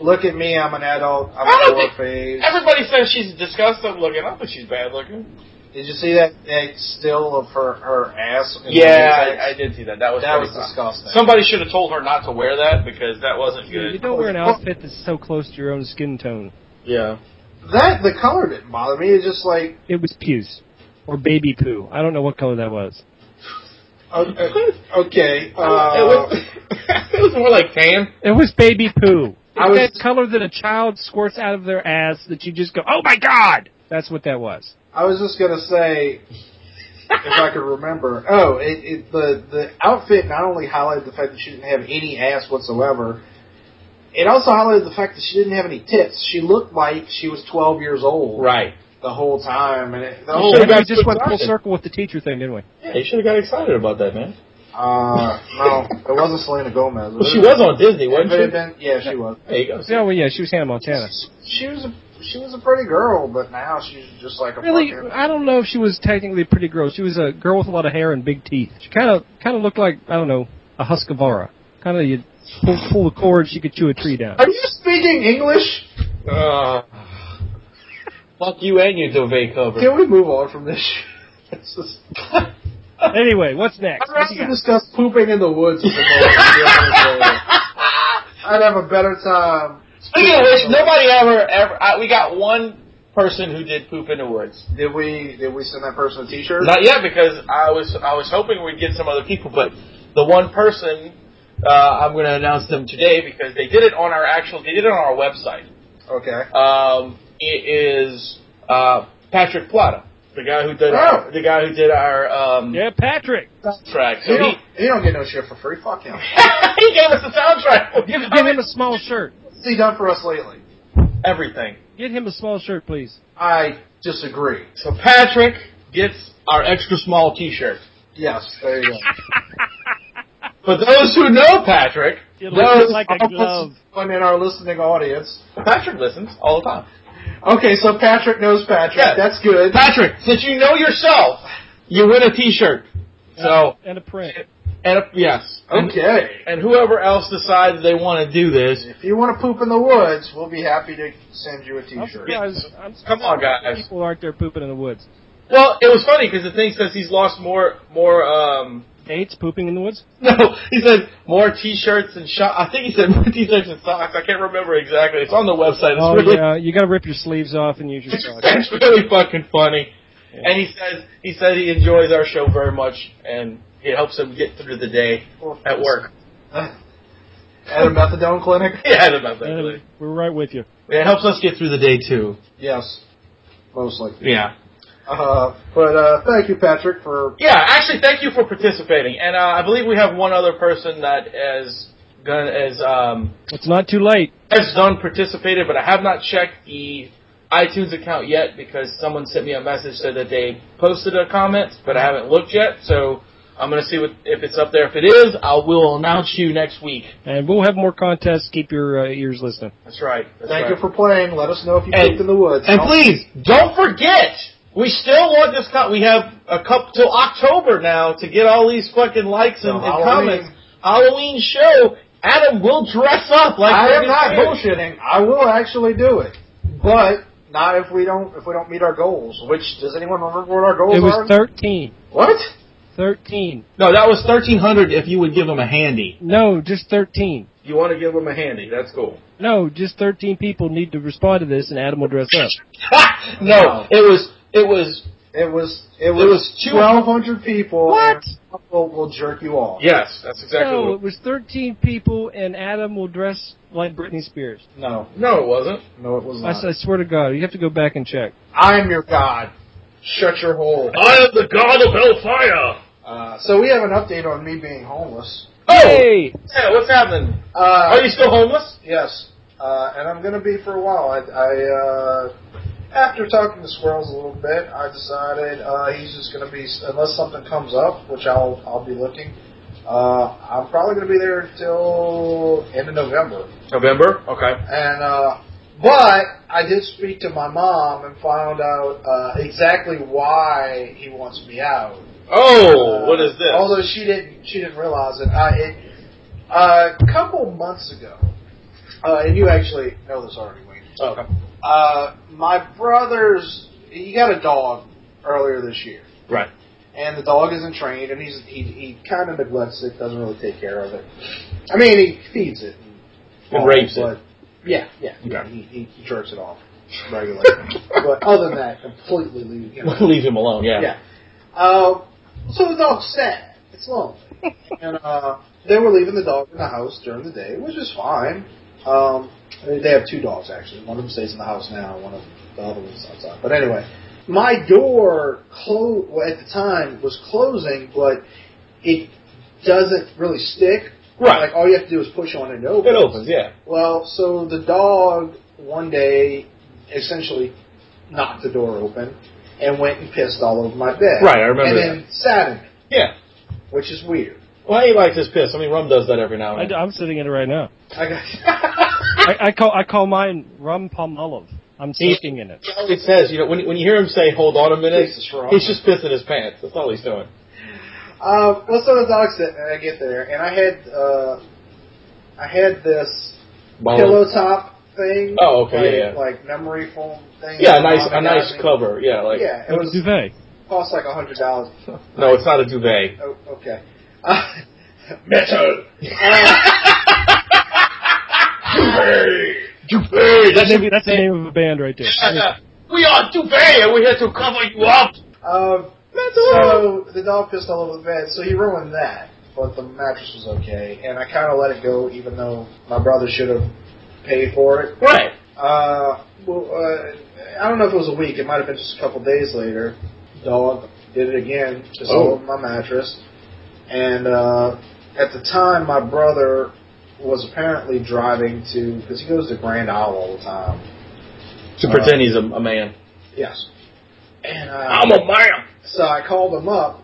Speaker 6: Look at me, I'm an adult.
Speaker 5: I
Speaker 6: I'm a
Speaker 5: don't
Speaker 6: four
Speaker 5: think-
Speaker 6: phase.
Speaker 5: Everybody says she's disgusting looking. I think she's bad looking.
Speaker 6: Did you see that, that still of her her ass? in the
Speaker 5: Yeah,
Speaker 6: music?
Speaker 5: I, I did see that. That was
Speaker 6: that was
Speaker 5: pretty gross.
Speaker 6: disgusting.
Speaker 5: Somebody should have told her not to wear that because that wasn't
Speaker 2: You
Speaker 5: good.
Speaker 2: don't wear an outfit that's so close to your own skin tone.
Speaker 5: Yeah.
Speaker 6: that the color didn't bother me. It's just like
Speaker 2: It was puce or baby poo. I don't know what color that was.
Speaker 6: o- o- okay.
Speaker 5: it, was,
Speaker 6: Uh,
Speaker 5: it was more like tan.
Speaker 2: It was baby poo.
Speaker 6: I
Speaker 2: I
Speaker 6: was-
Speaker 2: was that color that a child squirts out of their ass that you just go, oh my god! That's what that was.
Speaker 6: I was just gonna say, if I could remember. Oh, it, it the the outfit not only highlighted the fact that she didn't have any ass whatsoever. It also highlighted the fact that she didn't have any tits. She looked like she was 12 years old
Speaker 5: Right.
Speaker 6: the whole time, and it,
Speaker 5: You
Speaker 6: the whole
Speaker 5: should've
Speaker 2: And
Speaker 5: got
Speaker 2: we just went full
Speaker 5: started.
Speaker 2: circle with the teacher thing, didn't we?
Speaker 5: Yeah, you should have got excited about that, man.
Speaker 6: uh, no, it wasn't Selena Gomez.
Speaker 5: Well, she was on Disney,
Speaker 6: It
Speaker 5: wasn't she?
Speaker 6: could have been, yeah, she was.
Speaker 5: There you go.
Speaker 2: Yeah, well, yeah, she was Hannah Montana.
Speaker 6: She was a she was a pretty girl, but now she's just like a
Speaker 2: Really,
Speaker 6: fucking-
Speaker 2: I don't know if she was technically pretty gross. She was a girl with a lot of hair and big teeth. She kind of kind of looked like I don't know a Husqvarna. Kind of you pull, pull the cord, she could chew a tree down.
Speaker 6: Are you speaking English?
Speaker 5: Uh, fuck you and your duvet cover.
Speaker 6: Can we move on from this? shit? It's just.
Speaker 2: Anyway, what's next?
Speaker 6: I'd
Speaker 2: What you
Speaker 6: rather
Speaker 2: got?
Speaker 6: discuss pooping in the woods. with the boys. I'd have a better time.
Speaker 5: Speaking of which, nobody ever ever. I, we got one person who did poop in the woods.
Speaker 6: Did we did we send that person a T-shirt?
Speaker 5: Not yet, because I was I was hoping we'd get some other people, but the one person uh, I'm going to announce them today because they did it on our actual. They did it on our website.
Speaker 6: Okay.
Speaker 5: Um, it is uh, Patrick Plata, the guy who did
Speaker 6: Oh.
Speaker 5: our, the guy who did our um,
Speaker 2: Yeah, Patrick.
Speaker 5: soundtrack. So he,
Speaker 6: You don't, you don't get no shit for free. Fuck him.
Speaker 5: he gave us the soundtrack.
Speaker 2: Give, give him a small shirt.
Speaker 6: What's he done for us lately?
Speaker 5: everything.
Speaker 2: Get him a small shirt, please.
Speaker 6: I disagree.
Speaker 5: So Patrick gets our extra small T-shirt.
Speaker 6: Yes, there you go.
Speaker 5: For those who know Patrick,
Speaker 2: It
Speaker 6: Those
Speaker 2: looks like a
Speaker 6: are
Speaker 2: glove.
Speaker 6: One in our listening audience.
Speaker 5: Patrick listens all the time.
Speaker 6: Okay, so Patrick knows Patrick.
Speaker 5: Yeah.
Speaker 6: That's good.
Speaker 5: Patrick, since you know yourself, you win a T-shirt. So,
Speaker 2: and a print.
Speaker 5: and a, yes, and,
Speaker 6: Okay.
Speaker 5: and whoever else decides they want to do this,
Speaker 6: If you want to poop in the woods, we'll be happy to send you a
Speaker 2: I'm
Speaker 6: T-shirt.
Speaker 2: surprised. I'm surprised
Speaker 5: Come on, guys.
Speaker 2: People aren't there pooping in the woods.
Speaker 5: Well, it was funny because the thing says he's lost more more um,
Speaker 2: Dates pooping in the woods.
Speaker 5: No, he said more T-shirts and shot. I think he said more T-shirts and socks. I can't remember exactly. It's on the website. It's
Speaker 2: Oh
Speaker 5: really,
Speaker 2: yeah, you gotta rip your sleeves off and use your
Speaker 5: it's,
Speaker 2: socks.
Speaker 5: it's really fucking funny. And he says he said he enjoys our show very much, and it helps him get through the day at work.
Speaker 6: At a methadone clinic?
Speaker 5: Yeah, about that.
Speaker 2: Uh,
Speaker 5: really.
Speaker 2: we're right with you.
Speaker 5: It helps us get through the day too.
Speaker 6: Yes, mostly.
Speaker 5: Yeah.
Speaker 6: Uh, but uh, thank you, Patrick, for
Speaker 5: Yeah. Actually, thank you for participating. And uh, I believe we have one other person that is gonna is um
Speaker 2: It's not too late.
Speaker 5: has done participated, but I have not checked the iTunes account yet because someone sent me a message said that they posted a comment, but I haven't looked yet. So I'm gonna see what, if it's up there. If it is, I will announce you next week.
Speaker 2: And we'll have more contests. Keep your uh, ears listening.
Speaker 5: That's right. That's
Speaker 6: thank
Speaker 5: right.
Speaker 6: you for playing. Let us know if you
Speaker 5: And-
Speaker 6: pooped in the woods.
Speaker 5: And
Speaker 6: I'll-
Speaker 5: please don't forget, we still want this. Co- we have a couple till October now to get all these fucking likes and,
Speaker 6: No,
Speaker 5: and
Speaker 6: Halloween.
Speaker 5: comments. Halloween show. Adam will dress up like
Speaker 6: I am
Speaker 5: Freddy
Speaker 6: not
Speaker 5: Krueger.
Speaker 6: bullshitting. I will actually do it, but not if we don't if we don't meet our goals. Which does anyone remember what our goals
Speaker 2: It was
Speaker 6: are?
Speaker 2: thirteen.
Speaker 6: what?
Speaker 2: Thirteen.
Speaker 5: No, that was thirteen hundred. If you would give him a handy,
Speaker 2: No, just thirteen.
Speaker 5: you want to give him a handy. That's cool.
Speaker 2: No, just thirteen people need to respond to this, and Adam will dress up.
Speaker 5: no, it was it was
Speaker 6: It was it was,
Speaker 5: was two-
Speaker 6: twelve hundred people.
Speaker 2: What?
Speaker 6: and We'll, we'll jerk you off.
Speaker 5: yes. That's exactly.
Speaker 2: No,
Speaker 5: what
Speaker 2: it was thirteen people, and Adam will dress like Britney Spears.
Speaker 6: No,
Speaker 5: no, it wasn't.
Speaker 6: no, it was
Speaker 2: I, s-
Speaker 6: not.
Speaker 2: I swear to God, you have to go back and check.
Speaker 6: I am your god. Shut your hole.
Speaker 4: I am the god of hellfire.
Speaker 6: Uh, so we have an update on me being homeless.
Speaker 5: Oh,
Speaker 2: Hey,
Speaker 5: yeah. What's happening?
Speaker 6: Uh,
Speaker 5: Are you still homeless?
Speaker 6: Yes, uh, and I'm going to be for a while. I, I uh, after talking to squirrels a little bit, I decided uh, he's just going to be unless something comes up, which I'll I'll be looking. Uh, I'm probably going to be there until end of November,
Speaker 5: November. Okay.
Speaker 6: and uh, but I did speak to my mom and found out uh, exactly why he wants me out.
Speaker 5: Oh,
Speaker 6: Uh,
Speaker 5: what is this?
Speaker 6: Although she didn't, she didn't realize it. I, it a couple months ago, uh, and you actually know this already, Wayne.
Speaker 5: Okay.
Speaker 6: Uh, my brother's he got a dog earlier this year,
Speaker 5: Right.
Speaker 6: and the dog isn't trained, and he's he he kind of neglects it, doesn't really take care of it. I mean, he feeds it and,
Speaker 5: And
Speaker 6: all,
Speaker 5: rapes it.
Speaker 6: but- Yeah, yeah,
Speaker 5: Okay.
Speaker 6: He, he he jerks it off regularly, but other than that, completely leave. You know,
Speaker 5: Leave him alone. Yeah.
Speaker 6: yeah. Uh, so the dog's sad. It's lonely. and uh, they were leaving the dog in the house during the day, which is fine. Um, they have two dogs, actually. One of them stays in the house now, one of the other one's outside. But anyway, my door clo- well, at the time was closing, but it doesn't really stick.
Speaker 5: Right.
Speaker 6: Like, all you have to do is push on it and it opens.
Speaker 5: It opens. Yeah.
Speaker 6: Well, so the dog one day essentially knocked the door open and went and pissed all over my bed.
Speaker 5: Right, I remember
Speaker 6: And then sat in it,
Speaker 5: Yeah.
Speaker 6: which is weird.
Speaker 5: Why he likes his piss? I mean, Rum does that every now
Speaker 2: I,
Speaker 5: and then.
Speaker 2: am sitting in it right now.
Speaker 6: I got
Speaker 2: I, I call I call mine rum palm olive. I'm
Speaker 5: He-
Speaker 2: soaking in it.
Speaker 5: He always says, you know, when when you hear him say, "Hold on a minute,"
Speaker 6: Jesus, Rum.
Speaker 5: he's just pissing his pants. That's all he's doing.
Speaker 6: uh, well, so the dog sitting, and I get there, and I had uh, I had this
Speaker 5: Ball.
Speaker 6: pillow top thing.
Speaker 5: Oh, okay, yeah,
Speaker 6: like, like memory foam thing.
Speaker 5: Yeah, a
Speaker 6: that
Speaker 5: nice
Speaker 6: Mom
Speaker 5: a
Speaker 6: had
Speaker 5: nice
Speaker 6: got me.
Speaker 5: cover. Yeah, like
Speaker 6: Yeah, it
Speaker 2: Like a
Speaker 6: was
Speaker 2: duvet.
Speaker 6: cost like a hundred dollars.
Speaker 5: no, it's not a duvet.
Speaker 6: Oh, okay. Uh, metal. Uh,
Speaker 5: Duvet. Duvet.
Speaker 2: That's, maybe, that's the name of a band right there.
Speaker 5: We are duvet, and we're here to cover you up.
Speaker 6: Um, so the dog pissed all over the bed, so he ruined that. But the mattress was okay, and I kind of let it go, even though my brother should have paid for it.
Speaker 5: Right.
Speaker 6: Uh, well, uh, I don't know if it was a week. It might have been just a couple days later. Dog did it again, just
Speaker 5: Oh.
Speaker 6: all over my mattress. And uh, at the time, my brother was apparently driving to because he goes to Grand Isle all the time.
Speaker 5: To pretend he's a, a man.
Speaker 6: Yes. And uh,
Speaker 5: a man.
Speaker 6: So I called him up,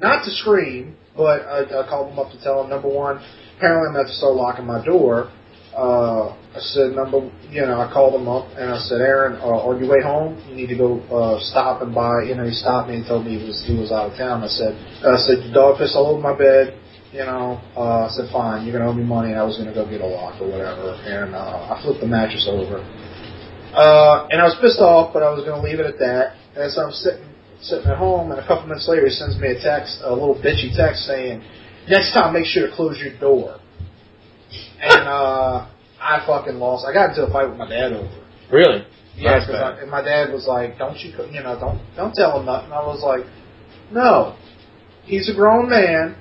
Speaker 6: not to scream, but I, I called him up to tell him number one, apparently I'm about to start locking my door. Uh, I said number, you know, I called him up and I said, Aaron, uh, on your way home, you need to go uh, stop and buy. You know, he stopped me and told me he was he was out of town. I said, I said the dog pissed all over my bed. You know, uh, I said fine, you're gonna owe me money. I was gonna go get a lock or whatever, and uh, I flipped the mattress over. Uh, and I was pissed off, but I was going to leave it at that. And so I'm sitting sitting at home, and a couple minutes later, he sends me a text, a little bitchy text saying, "Next time, make sure to close your door." And uh, I fucking lost. I got into a fight with my dad over. it.
Speaker 5: Really?
Speaker 6: Yeah,
Speaker 5: That's
Speaker 6: because
Speaker 5: bad.
Speaker 6: and my dad was like, "Don't you, co- you know, don't don't tell him nothing." I was like, "No, he's a grown man.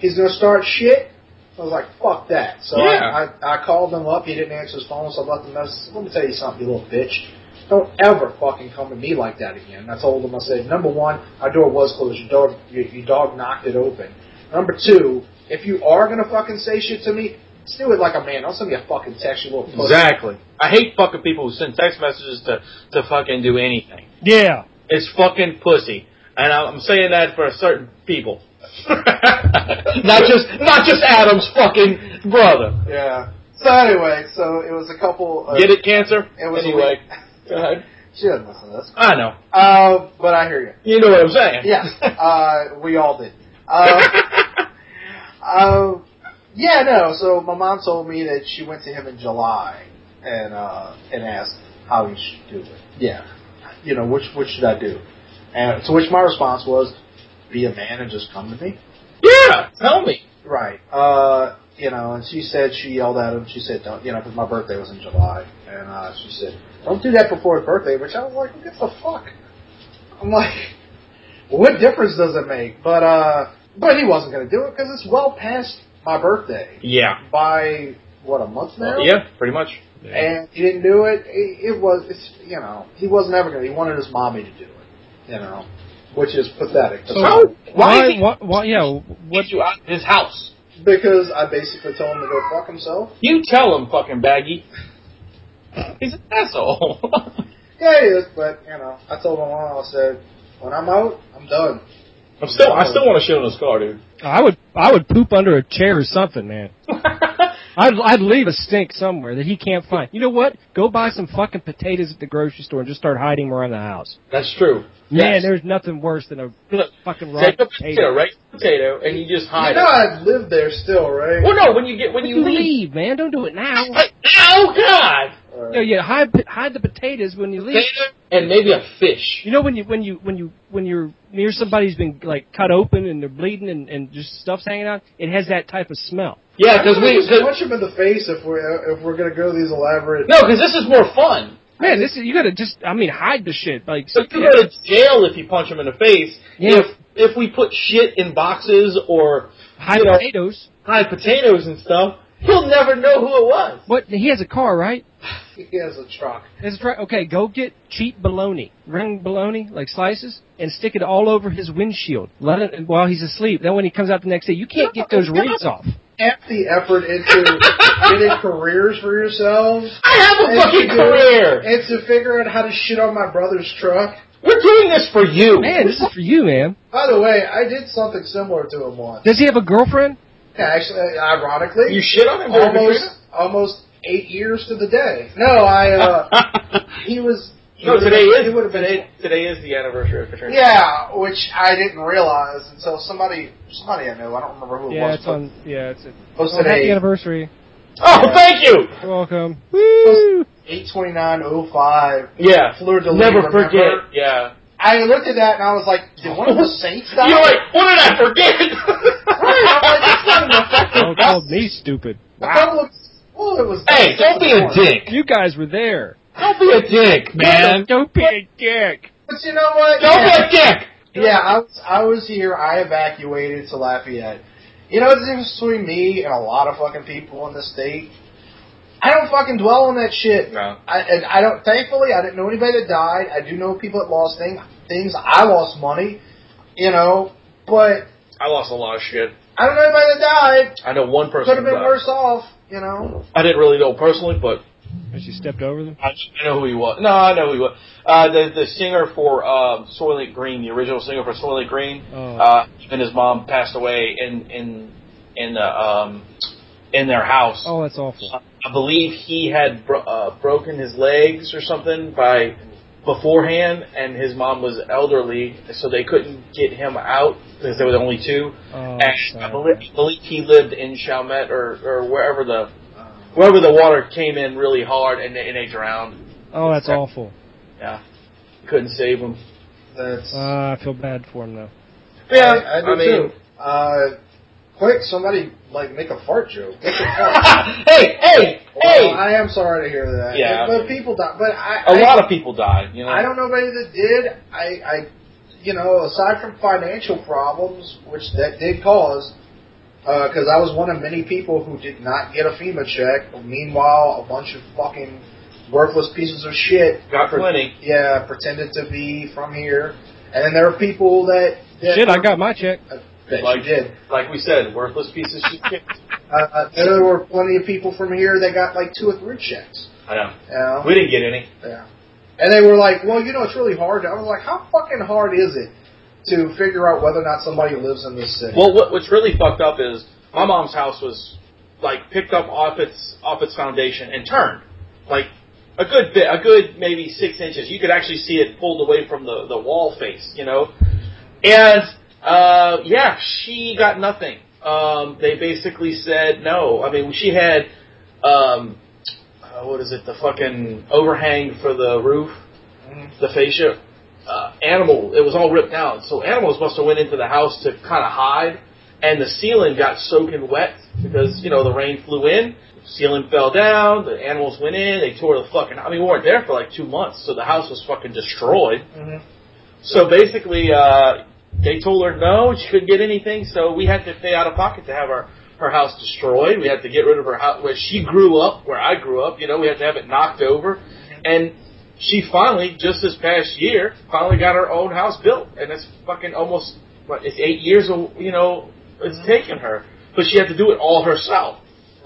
Speaker 6: He's gonna start shit." I was like, "Fuck that." So
Speaker 5: Yeah.
Speaker 6: I, I I called him up. He didn't answer his phone, so I left him a message. Let me tell you something, you little bitch. Don't ever fucking come to me like that again. And I told him, I said, number one, our door was closed. Your dog, your, your dog knocked it open. Number two, if you are gonna fucking say shit to me, just do it like a man. Don't send me a fucking text, you little pussy.
Speaker 5: Exactly. I hate fucking people who send text messages to, to fucking do anything.
Speaker 2: Yeah.
Speaker 5: It's fucking pussy. And I- I'm saying that for certain people. not just not just Adam's fucking brother.
Speaker 6: Yeah. So anyway, so it was a couple. Of,
Speaker 5: Get it, cancer?
Speaker 6: Uh, It was a
Speaker 5: anyway.
Speaker 6: week.
Speaker 5: Go ahead.
Speaker 6: She doesn't listen to this.
Speaker 5: I know.
Speaker 6: Uh, but I hear you.
Speaker 5: You know what I'm saying.
Speaker 6: Yeah. Uh, we all did. Uh, uh, yeah, no. So my mom told me that she went to him in July and uh, and asked how he should do it. Yeah. You know, which which should I do? And to which my response was, be a man and just come to me.
Speaker 5: yeah. Tell me.
Speaker 6: Right. Uh, you know, and she said she yelled at him. She said, "Don't," you know, because my birthday was in July, and uh, she said, "Don't do that before his birthday." Which I was like, "What the fuck?" I'm like, "What difference does it make?" But uh, but he wasn't going to do it because it's well past my birthday
Speaker 5: Yeah.
Speaker 6: by what a month now.
Speaker 5: Yeah. Pretty much.
Speaker 6: And he didn't do it. It, it was, it's, you know, he wasn't ever going to. He wanted his mommy to do it, you know, which is pathetic.
Speaker 2: So
Speaker 5: How? Oh, Why
Speaker 2: why?
Speaker 5: did he-
Speaker 2: Why? why yeah. What?
Speaker 5: Get you out of his house.
Speaker 6: Because I basically told him to go fuck himself.
Speaker 5: You tell him, fucking baggy. He's an asshole.
Speaker 6: Yeah, he is, but you know, I told my mom, I said, when I'm out, I'm done.
Speaker 5: I'm still. I still want to shit on his car, dude.
Speaker 2: I would. I would poop under a chair or something, man. I'd, I'd leave a stink somewhere that he can't find. You know what? Go buy some fucking potatoes at the grocery store and just start hiding them around the house.
Speaker 5: That's true.
Speaker 2: Man,
Speaker 5: Yes.
Speaker 2: there's nothing worse than a
Speaker 5: Look,
Speaker 2: fucking raw
Speaker 5: Take a potato,
Speaker 2: potato.
Speaker 5: right? Potato, and you just hide
Speaker 6: you know,
Speaker 5: it.
Speaker 6: I live there still, right?
Speaker 5: Well, no, when you get when
Speaker 2: You
Speaker 5: you leave.
Speaker 2: leave, man. Don't do it now.
Speaker 5: Like, oh God!
Speaker 6: Or-
Speaker 2: No, yeah, hide hide the potatoes when you leave.
Speaker 5: Potato and maybe a fish.
Speaker 2: You know when you when you when you when you're near somebody's been like cut open and they're bleeding and and just stuff's hanging out. It has that type of smell.
Speaker 5: Yeah, because we.
Speaker 6: just
Speaker 5: Cause,
Speaker 6: punch him in the face if we're if we're gonna go these elaborate.
Speaker 5: no, because this is more fun.
Speaker 2: Man, this is you gotta just I mean hide the shit like.
Speaker 5: So you go to jail if you punch him in the face.
Speaker 2: Yeah.
Speaker 5: If if we put shit in boxes or
Speaker 2: hide
Speaker 5: you know,
Speaker 2: potatoes.
Speaker 5: hide potatoes and stuff, he'll never know who it was.
Speaker 2: What he has a car, right?
Speaker 6: He has a truck.
Speaker 2: That's right. Okay, go get cheap bologna, ring bologna, like slices, and stick it all over his windshield. Let it while he's asleep. Then when he comes out the next day, you can't get those rings off.
Speaker 6: Half the effort into getting careers for yourselves.
Speaker 5: I have a
Speaker 6: and
Speaker 5: fucking
Speaker 6: to do-
Speaker 5: career.
Speaker 6: And to figure out how to shit on my brother's truck.
Speaker 5: We're doing this for you.
Speaker 2: Man, this is for you, man.
Speaker 6: By the way, I did something similar to him once.
Speaker 2: Does he have a girlfriend?
Speaker 6: Yeah, actually, ironically,
Speaker 5: You shit on him during
Speaker 6: almost
Speaker 5: the
Speaker 6: almost eight years to the day. No, I. uh He was.
Speaker 5: No, today is
Speaker 6: He would have been
Speaker 5: today, today is the anniversary of Katrina.
Speaker 6: Yeah, which I didn't realize until somebody somebody I knew, I don't remember who it
Speaker 2: Yeah,
Speaker 6: was,
Speaker 2: it's on. Yeah, it's. A,
Speaker 6: posted
Speaker 2: happy
Speaker 6: a
Speaker 2: anniversary.
Speaker 5: Oh, thank you.
Speaker 2: You're welcome. Woo!
Speaker 6: 82905
Speaker 5: Yeah.
Speaker 6: Fleur de Lis.
Speaker 5: Never
Speaker 6: remember?
Speaker 5: forget. Yeah.
Speaker 6: I looked at that and I was like, did one of the Saints die?
Speaker 5: You're like, what did I forget?
Speaker 6: Right, I'm like, it's not an
Speaker 2: Oh,
Speaker 6: effective
Speaker 2: called me stupid.
Speaker 6: The couple of- well, it was
Speaker 5: hey, don't be a dick.
Speaker 2: You guys were there.
Speaker 5: Don't be a dick, man.
Speaker 2: Don't be a dick.
Speaker 6: But you know what?
Speaker 5: Don't
Speaker 6: yeah.
Speaker 5: be a dick.
Speaker 6: Yeah, I was, I was here. I evacuated to Lafayette. You know the difference between me and a lot of fucking people in the state? I don't fucking dwell on that shit.
Speaker 5: No.
Speaker 6: I, and I don't. Thankfully, I didn't know anybody that died. I do know people that lost things. Things I lost money. You know, but
Speaker 5: I lost a lot of shit.
Speaker 6: I don't know anybody that died.
Speaker 5: I know one person.
Speaker 6: Could have
Speaker 5: who
Speaker 6: been
Speaker 5: died.
Speaker 6: worse off. You know.
Speaker 5: I didn't really know personally, but
Speaker 2: As you stepped over them.
Speaker 5: I I know who he was. No, I know who he was. Uh, the the singer for um, Soylent Green, the original singer for Soylent Green,
Speaker 2: Oh.
Speaker 5: uh, and his mom passed away in in in the um, in their house.
Speaker 2: Oh, that's awful.
Speaker 5: I believe he had bro- uh, broken his legs or something by beforehand, and his mom was elderly, so they couldn't get him out because there were only two.
Speaker 2: Oh,
Speaker 5: and I
Speaker 2: sad,
Speaker 5: believe,
Speaker 2: man.
Speaker 5: I believe he lived in Chalmette or or wherever the wherever the water came in really hard, and they, and they drowned.
Speaker 2: Oh, that's awful.
Speaker 5: Yeah, couldn't save him.
Speaker 6: That's
Speaker 2: Uh, I feel bad for him though.
Speaker 5: Yeah,
Speaker 6: I, I do
Speaker 5: I mean-
Speaker 6: too. Uh, quick, somebody like make a fart joke. What the fuck?
Speaker 5: hey, hey,
Speaker 6: Well,
Speaker 5: hey!
Speaker 6: I am sorry to hear that.
Speaker 5: Yeah,
Speaker 6: but
Speaker 5: I mean-
Speaker 6: people die. But I,
Speaker 5: A
Speaker 6: I-
Speaker 5: lot of people died. You know,
Speaker 6: I don't know anybody that did. I, I, you know, aside from financial problems, which that did cause, because I was one of many people who did not get a FEMA check. But meanwhile, a bunch of fucking worthless pieces of shit
Speaker 5: got plenty.
Speaker 6: yeah, pretended to be from here. And then there are people that, that
Speaker 2: Shit, I got my check.
Speaker 6: that
Speaker 5: Like-
Speaker 6: you did.
Speaker 5: Like we said, worthless pieces of shit.
Speaker 6: Uh, uh, there were plenty of people from here that got like two or three checks.
Speaker 5: I know.
Speaker 6: You know?
Speaker 5: We didn't get any.
Speaker 6: yeah. And they were like, "Well, you know, it's really hard." I was like, "How fucking hard is it to figure out whether or not somebody lives in this city?"
Speaker 5: Well, what, what's really fucked up is my mom's house was like picked up off its off its foundation and turned like a good bit, a good maybe six inches. You could actually see it pulled away from the the wall face, you know. And uh, yeah, she got nothing. Um, they basically said no. I mean, she had um, uh, what is it? The fucking overhang for the roof, the fascia. Uh, animal, it was all ripped out. So animals must have went into the house to kind of hide, and the ceiling got soaking wet because you know the rain flew in. Ceiling fell down. The animals went in. They tore the fucking. I mean, we weren't there for like two months, so the house was fucking destroyed.
Speaker 6: Mhm.
Speaker 5: So basically, uh, they told her no, she couldn't get anything. So we had to pay out of pocket to have our her house destroyed. We had to get rid of her house where she grew up, where I grew up. You know, we had to have it knocked over, and she finally, just this past year, finally got her own house built, and it's fucking almost what it's eight years. o- You know, it's taken her, but she had to do it all herself.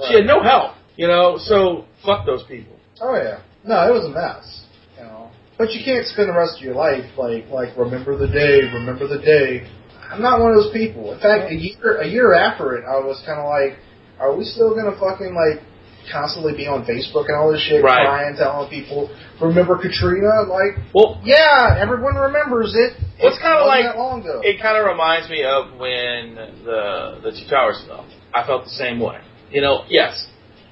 Speaker 5: She had no help. You know, so fuck those people.
Speaker 6: oh yeah, no, it was a mess. You know, but you can't spend the rest of your life like like remember the day, remember the day. I'm not one of those people. In fact, a year a year after it, I was kind of like, are we still gonna fucking like constantly be on Facebook and all this shit,
Speaker 5: Right.
Speaker 6: crying, telling people remember Katrina? Like,
Speaker 5: Well,
Speaker 6: yeah, everyone remembers it.
Speaker 5: Well, it's kinda
Speaker 6: wasn't
Speaker 5: like-
Speaker 6: that long ago.
Speaker 5: It kind of reminds me of when the the two towers fell. I felt the same way. You know, yes,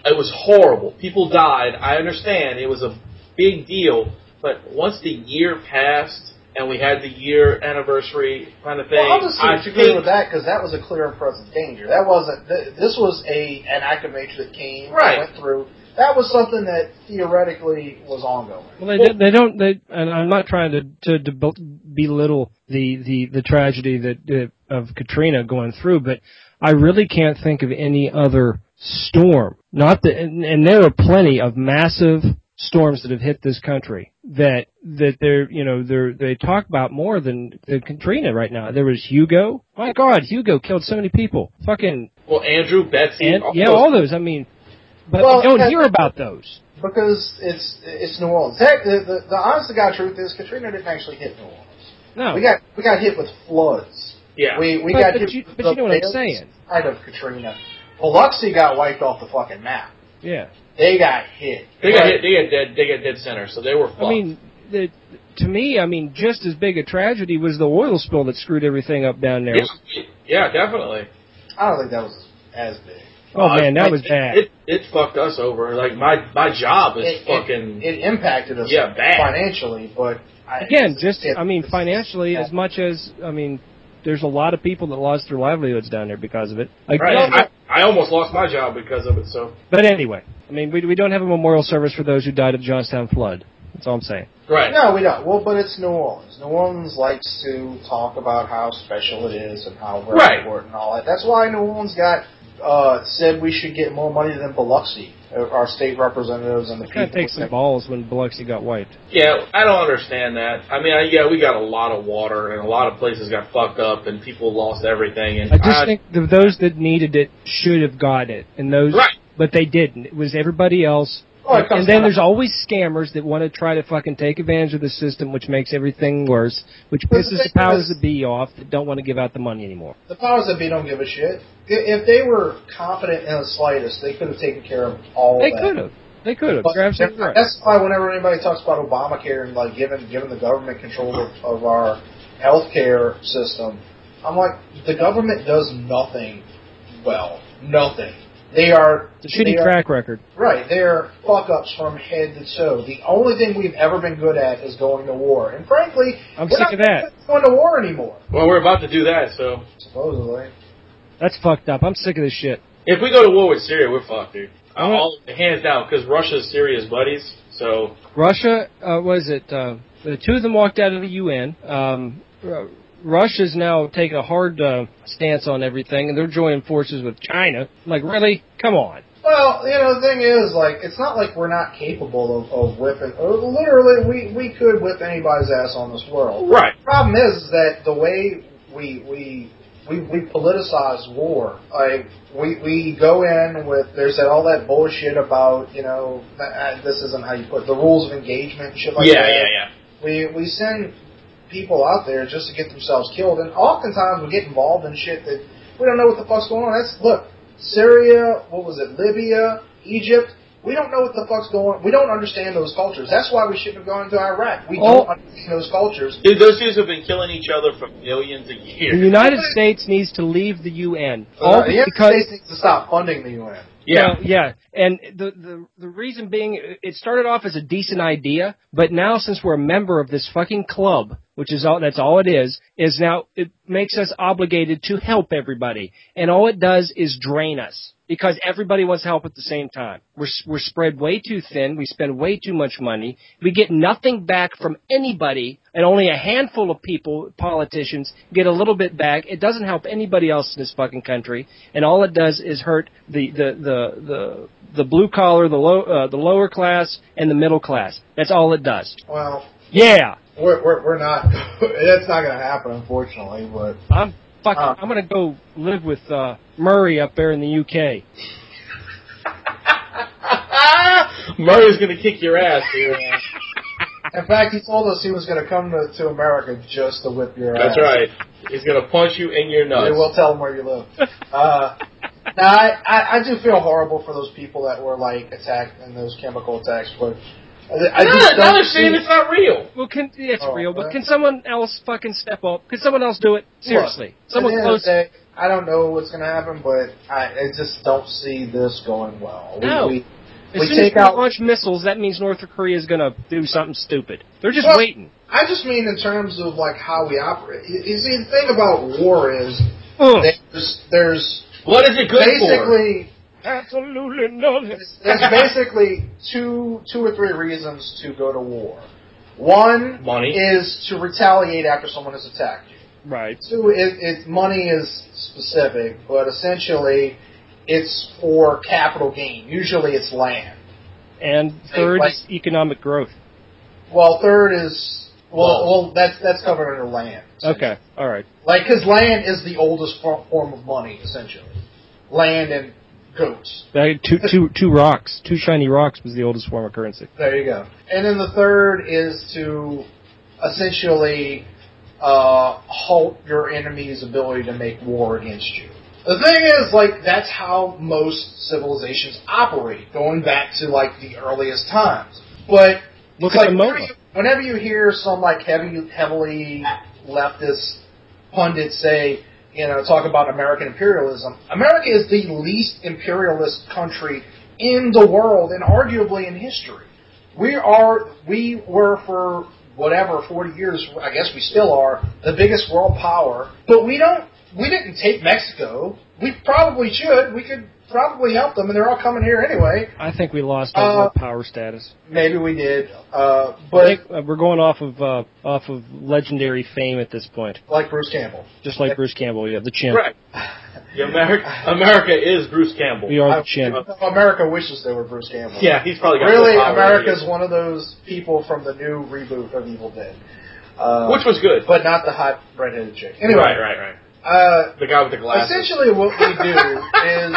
Speaker 5: it was horrible. People died. I understand. It was a big deal. But once the year passed and we had the year anniversary kind of thing,
Speaker 6: Well, I'll just
Speaker 5: I
Speaker 6: disagree
Speaker 5: think-
Speaker 6: with that because that was a clear and present danger. That wasn't. Th- this was a an act of nature that came
Speaker 5: Right.
Speaker 6: went through. That was something that theoretically was ongoing.
Speaker 2: Well, they did, they don't. They and I'm not trying to to, to bel- belittle the the the tragedy that uh, of Katrina going through, but I really can't think of any other storm. Not that, and, and there are plenty of massive storms that have hit this country that that they're you know they're they talk about more than than Katrina right now. There was Hugo. My God, Hugo killed so many people. Fucking
Speaker 5: Well, Andrew, Betsy,
Speaker 2: and,
Speaker 5: all
Speaker 2: yeah,
Speaker 5: those-
Speaker 2: all those. I mean, but
Speaker 6: Well,
Speaker 2: we don't
Speaker 6: and-
Speaker 2: hear about those.
Speaker 6: Because it's it's New Orleans. That, the, the, the honest to god truth is Katrina didn't actually hit New Orleans.
Speaker 2: No,
Speaker 6: We got we got hit with floods.
Speaker 5: yeah.
Speaker 6: We we
Speaker 2: Oh. But-
Speaker 6: got
Speaker 2: but
Speaker 6: hit
Speaker 2: you-
Speaker 6: with
Speaker 2: but you
Speaker 6: the
Speaker 2: know what I'm
Speaker 6: failed
Speaker 2: saying.
Speaker 6: side of Katrina. Biloxi got wiped off the fucking map.
Speaker 2: yeah.
Speaker 6: They got hit.
Speaker 5: they got hit, they got dead. They got dead center. So they were. Fucked.
Speaker 2: I mean, the, to me, I mean, just as big a tragedy was the oil spill that screwed everything up down there.
Speaker 5: yeah, yeah, definitely.
Speaker 6: I don't think that was as big.
Speaker 2: Oh man, that
Speaker 5: It-
Speaker 2: was bad.
Speaker 5: It, it fucked us over. Like my my job is
Speaker 6: It,
Speaker 5: fucking.
Speaker 6: it, it impacted us
Speaker 5: Yeah, bad.
Speaker 6: financially, but I,
Speaker 2: Again, just
Speaker 6: it-
Speaker 2: I mean,
Speaker 6: it's-
Speaker 2: financially,
Speaker 6: yeah.
Speaker 2: as much as I mean, there's a lot of people that lost their livelihoods down there because of it. Like,
Speaker 5: Right.
Speaker 2: no,
Speaker 5: I, I almost lost my job because of it. So
Speaker 2: but anyway, I mean, we we don't have a memorial service for those who died of Johnstown flood. That's all I'm saying.
Speaker 5: right,
Speaker 6: No, we don't. Well, but it's New Orleans. New Orleans likes to talk about how special it is and how we're
Speaker 5: Right.
Speaker 6: important and all that. That's why New Orleans got uh, said we should get more money than Biloxi, uh, our state representatives and the people.
Speaker 2: Kind of takes some
Speaker 6: that-
Speaker 2: balls when Biloxi got wiped.
Speaker 5: yeah, I don't understand that. I mean, I, yeah, we got a lot of water and a lot of places got fucked up and people lost everything. And
Speaker 2: I just think the, those that needed it should have got it, and those,
Speaker 5: Right.
Speaker 2: but they didn't. It was everybody else.
Speaker 6: Oh, it comes
Speaker 2: and then
Speaker 6: down-
Speaker 2: there's always scammers that want to try to fucking take advantage of the system, which makes everything worse, which
Speaker 6: But the
Speaker 2: pisses the
Speaker 6: thing
Speaker 2: powers
Speaker 6: is-
Speaker 2: that be off that don't want to give out the money anymore.
Speaker 6: the powers that be don't give a shit. I- If they were competent in the slightest, they could have taken care of all
Speaker 2: They
Speaker 6: of that.
Speaker 2: could have. They could have.
Speaker 6: But
Speaker 2: You're absolutely right.
Speaker 6: That's why whenever anybody talks about Obamacare and like giving giving the government control of, of our healthcare system, I'm like, the government does nothing well, nothing. They are
Speaker 2: It's a shitty
Speaker 6: they are-
Speaker 2: track record.
Speaker 6: Right, they're fuck ups from head to toe. The only thing we've ever been good at is going to war, and frankly,
Speaker 2: I'm
Speaker 6: we're
Speaker 2: sick
Speaker 6: not
Speaker 2: of that.
Speaker 6: Going to war anymore,
Speaker 5: Well, we're about to do that, so
Speaker 6: supposedly.
Speaker 2: That's fucked up. I'm sick of this shit.
Speaker 5: if we go to war with Syria, we're fucked, dude. All, hands down, because Russia's Syria's buddies. So
Speaker 2: Russia uh, was it? Uh, the two of them walked out of the UN. Um, Ru- Russia's now taken a hard uh, stance on everything, and they're joining forces with China. I'm like, really? Come on.
Speaker 6: Well, you know, the thing is, like, it's not like we're not capable of, of whipping. uh, Literally, we, we could whip anybody's ass on this world.
Speaker 5: right,
Speaker 6: The problem is that the way we we we, we politicize war, like we, we go in with there's that, all that bullshit about you know uh, uh, this isn't how you put it, the rules of engagement and shit like
Speaker 5: yeah,
Speaker 6: that.
Speaker 5: yeah, yeah.
Speaker 6: We we send people out there just to get themselves killed, and oftentimes we get involved in shit that we don't know what the fuck's going on. That's look, Syria, what was it, Libya, Egypt. We don't know what the fuck's going on. We don't understand those cultures. That's why we shouldn't have gone to Iraq. We
Speaker 2: Oh.
Speaker 6: don't understand those cultures.
Speaker 5: Dude, those dudes have been killing each other for millions of
Speaker 2: The
Speaker 5: years.
Speaker 2: United States netes to leave the UN. All
Speaker 6: Uh, the United
Speaker 2: because
Speaker 6: States needs to stop funding the UN.
Speaker 5: Yeah,
Speaker 2: Well, yeah, and the, the the reason being, it started off as a decent idea, but now since we're a member of this fucking club, which is all that's all it is, is now it makes us obligated to help everybody, and all it does is drain us because everybody wants help at the same time. We're s- we're spread way too thin. We spend way too much money. We get nothing back from anybody, and only a handful of people, politicians, get a little bit back. It doesn't help anybody else in this fucking country, and all it does is hurt the the the the, the blue collar, the low uh, the lower class, and the middle class. That's all it does.
Speaker 6: Well,
Speaker 2: Yeah,
Speaker 6: we're we're, we're not. that's not going to happen, unfortunately. But
Speaker 2: I'm fucking.
Speaker 6: Uh.
Speaker 2: I'm gonna go live with uh, Murray up there in the UK.
Speaker 5: Murray's gonna kick your ass, dude.
Speaker 6: in fact, he told us he was going to come to, to America just to whip your ass.
Speaker 5: That's right. He's gonna punch you in your
Speaker 6: They
Speaker 5: nuts.
Speaker 6: will tell them where you live. Uh, now, I, I, I do feel horrible for those people that were like attacked in those chemical attacks, but I, I
Speaker 5: Yeah,
Speaker 6: just
Speaker 5: now
Speaker 6: don't
Speaker 5: they're
Speaker 6: see.
Speaker 5: saying it's not real.
Speaker 2: Well, can yeah, it's
Speaker 6: Oh,
Speaker 2: real, but
Speaker 6: man.
Speaker 2: can someone else fucking step up? Can someone else do it? Seriously, someone
Speaker 6: At the end of
Speaker 2: close.
Speaker 6: the day, I don't know what's going to happen, but I, I just don't see this going well. We,
Speaker 2: No.
Speaker 6: we,
Speaker 2: As
Speaker 6: we
Speaker 2: soon
Speaker 6: take
Speaker 2: as we
Speaker 6: out-
Speaker 2: launch missiles, that means North Korea is going to do something stupid. They're just
Speaker 6: Well-
Speaker 2: waiting.
Speaker 6: I just mean in terms of like how we operate. You you see, the thing about war is
Speaker 2: Ugh.
Speaker 6: there's there's
Speaker 5: What is it good for?
Speaker 6: basically
Speaker 2: Absolutely nothing.
Speaker 6: there's basically two two or three reasons to go to war. One
Speaker 5: Money.
Speaker 6: is to retaliate after someone has attacked you.
Speaker 2: Right.
Speaker 6: Two is it, money is specific, but essentially it's for capital gain. Usually it's land.
Speaker 2: And third is economic growth.
Speaker 6: Well, third is well,
Speaker 5: Well-
Speaker 6: well that's that's covered under land.
Speaker 2: Okay. All right.
Speaker 6: Like, because land is the oldest for- form of money, essentially. Land and goats.
Speaker 2: That- Two, two, two rocks. Two shiny rocks was the oldest form of currency.
Speaker 6: There you go. And then the third is to essentially uh, halt your enemy's ability to make war against you. The thing is, like, that's how most civilizations operate, going back to, like, the earliest times. But
Speaker 2: Look
Speaker 6: it's like
Speaker 2: at the
Speaker 6: whenever
Speaker 2: MoMA.
Speaker 6: you, whenever you hear some, like, heavy, heavily leftist pundits say, you know, talk about American imperialism, America is the least imperialist country in the world and arguably in history. We are, we were for whatever, 40 years, I guess we still are, the biggest world power, but we don't, we didn't take Mexico. We probably should. We could probably help them, and they're all coming here anyway.
Speaker 2: I think we lost our world
Speaker 6: Uh,
Speaker 2: power status.
Speaker 6: Maybe we did, uh,
Speaker 2: I
Speaker 6: but
Speaker 2: think, uh, we're going off of uh, off of legendary fame at this point,
Speaker 6: like Bruce Campbell.
Speaker 2: just like Bruce Campbell. Yeah, the chimp.
Speaker 5: Right. The America, America is Bruce Campbell.
Speaker 2: We are
Speaker 6: I-
Speaker 2: the chimp.
Speaker 6: America wishes they were Bruce Campbell.
Speaker 5: Yeah, he's probably got
Speaker 6: Really,
Speaker 5: full power
Speaker 6: America's
Speaker 5: already.
Speaker 6: one of those people from the new reboot of Evil Dead. Uh,
Speaker 5: which was good.
Speaker 6: but not the hot redheaded chick. Anyway,
Speaker 5: right, right, right.
Speaker 6: Uh,
Speaker 5: The guy with the glasses.
Speaker 6: essentially what we do is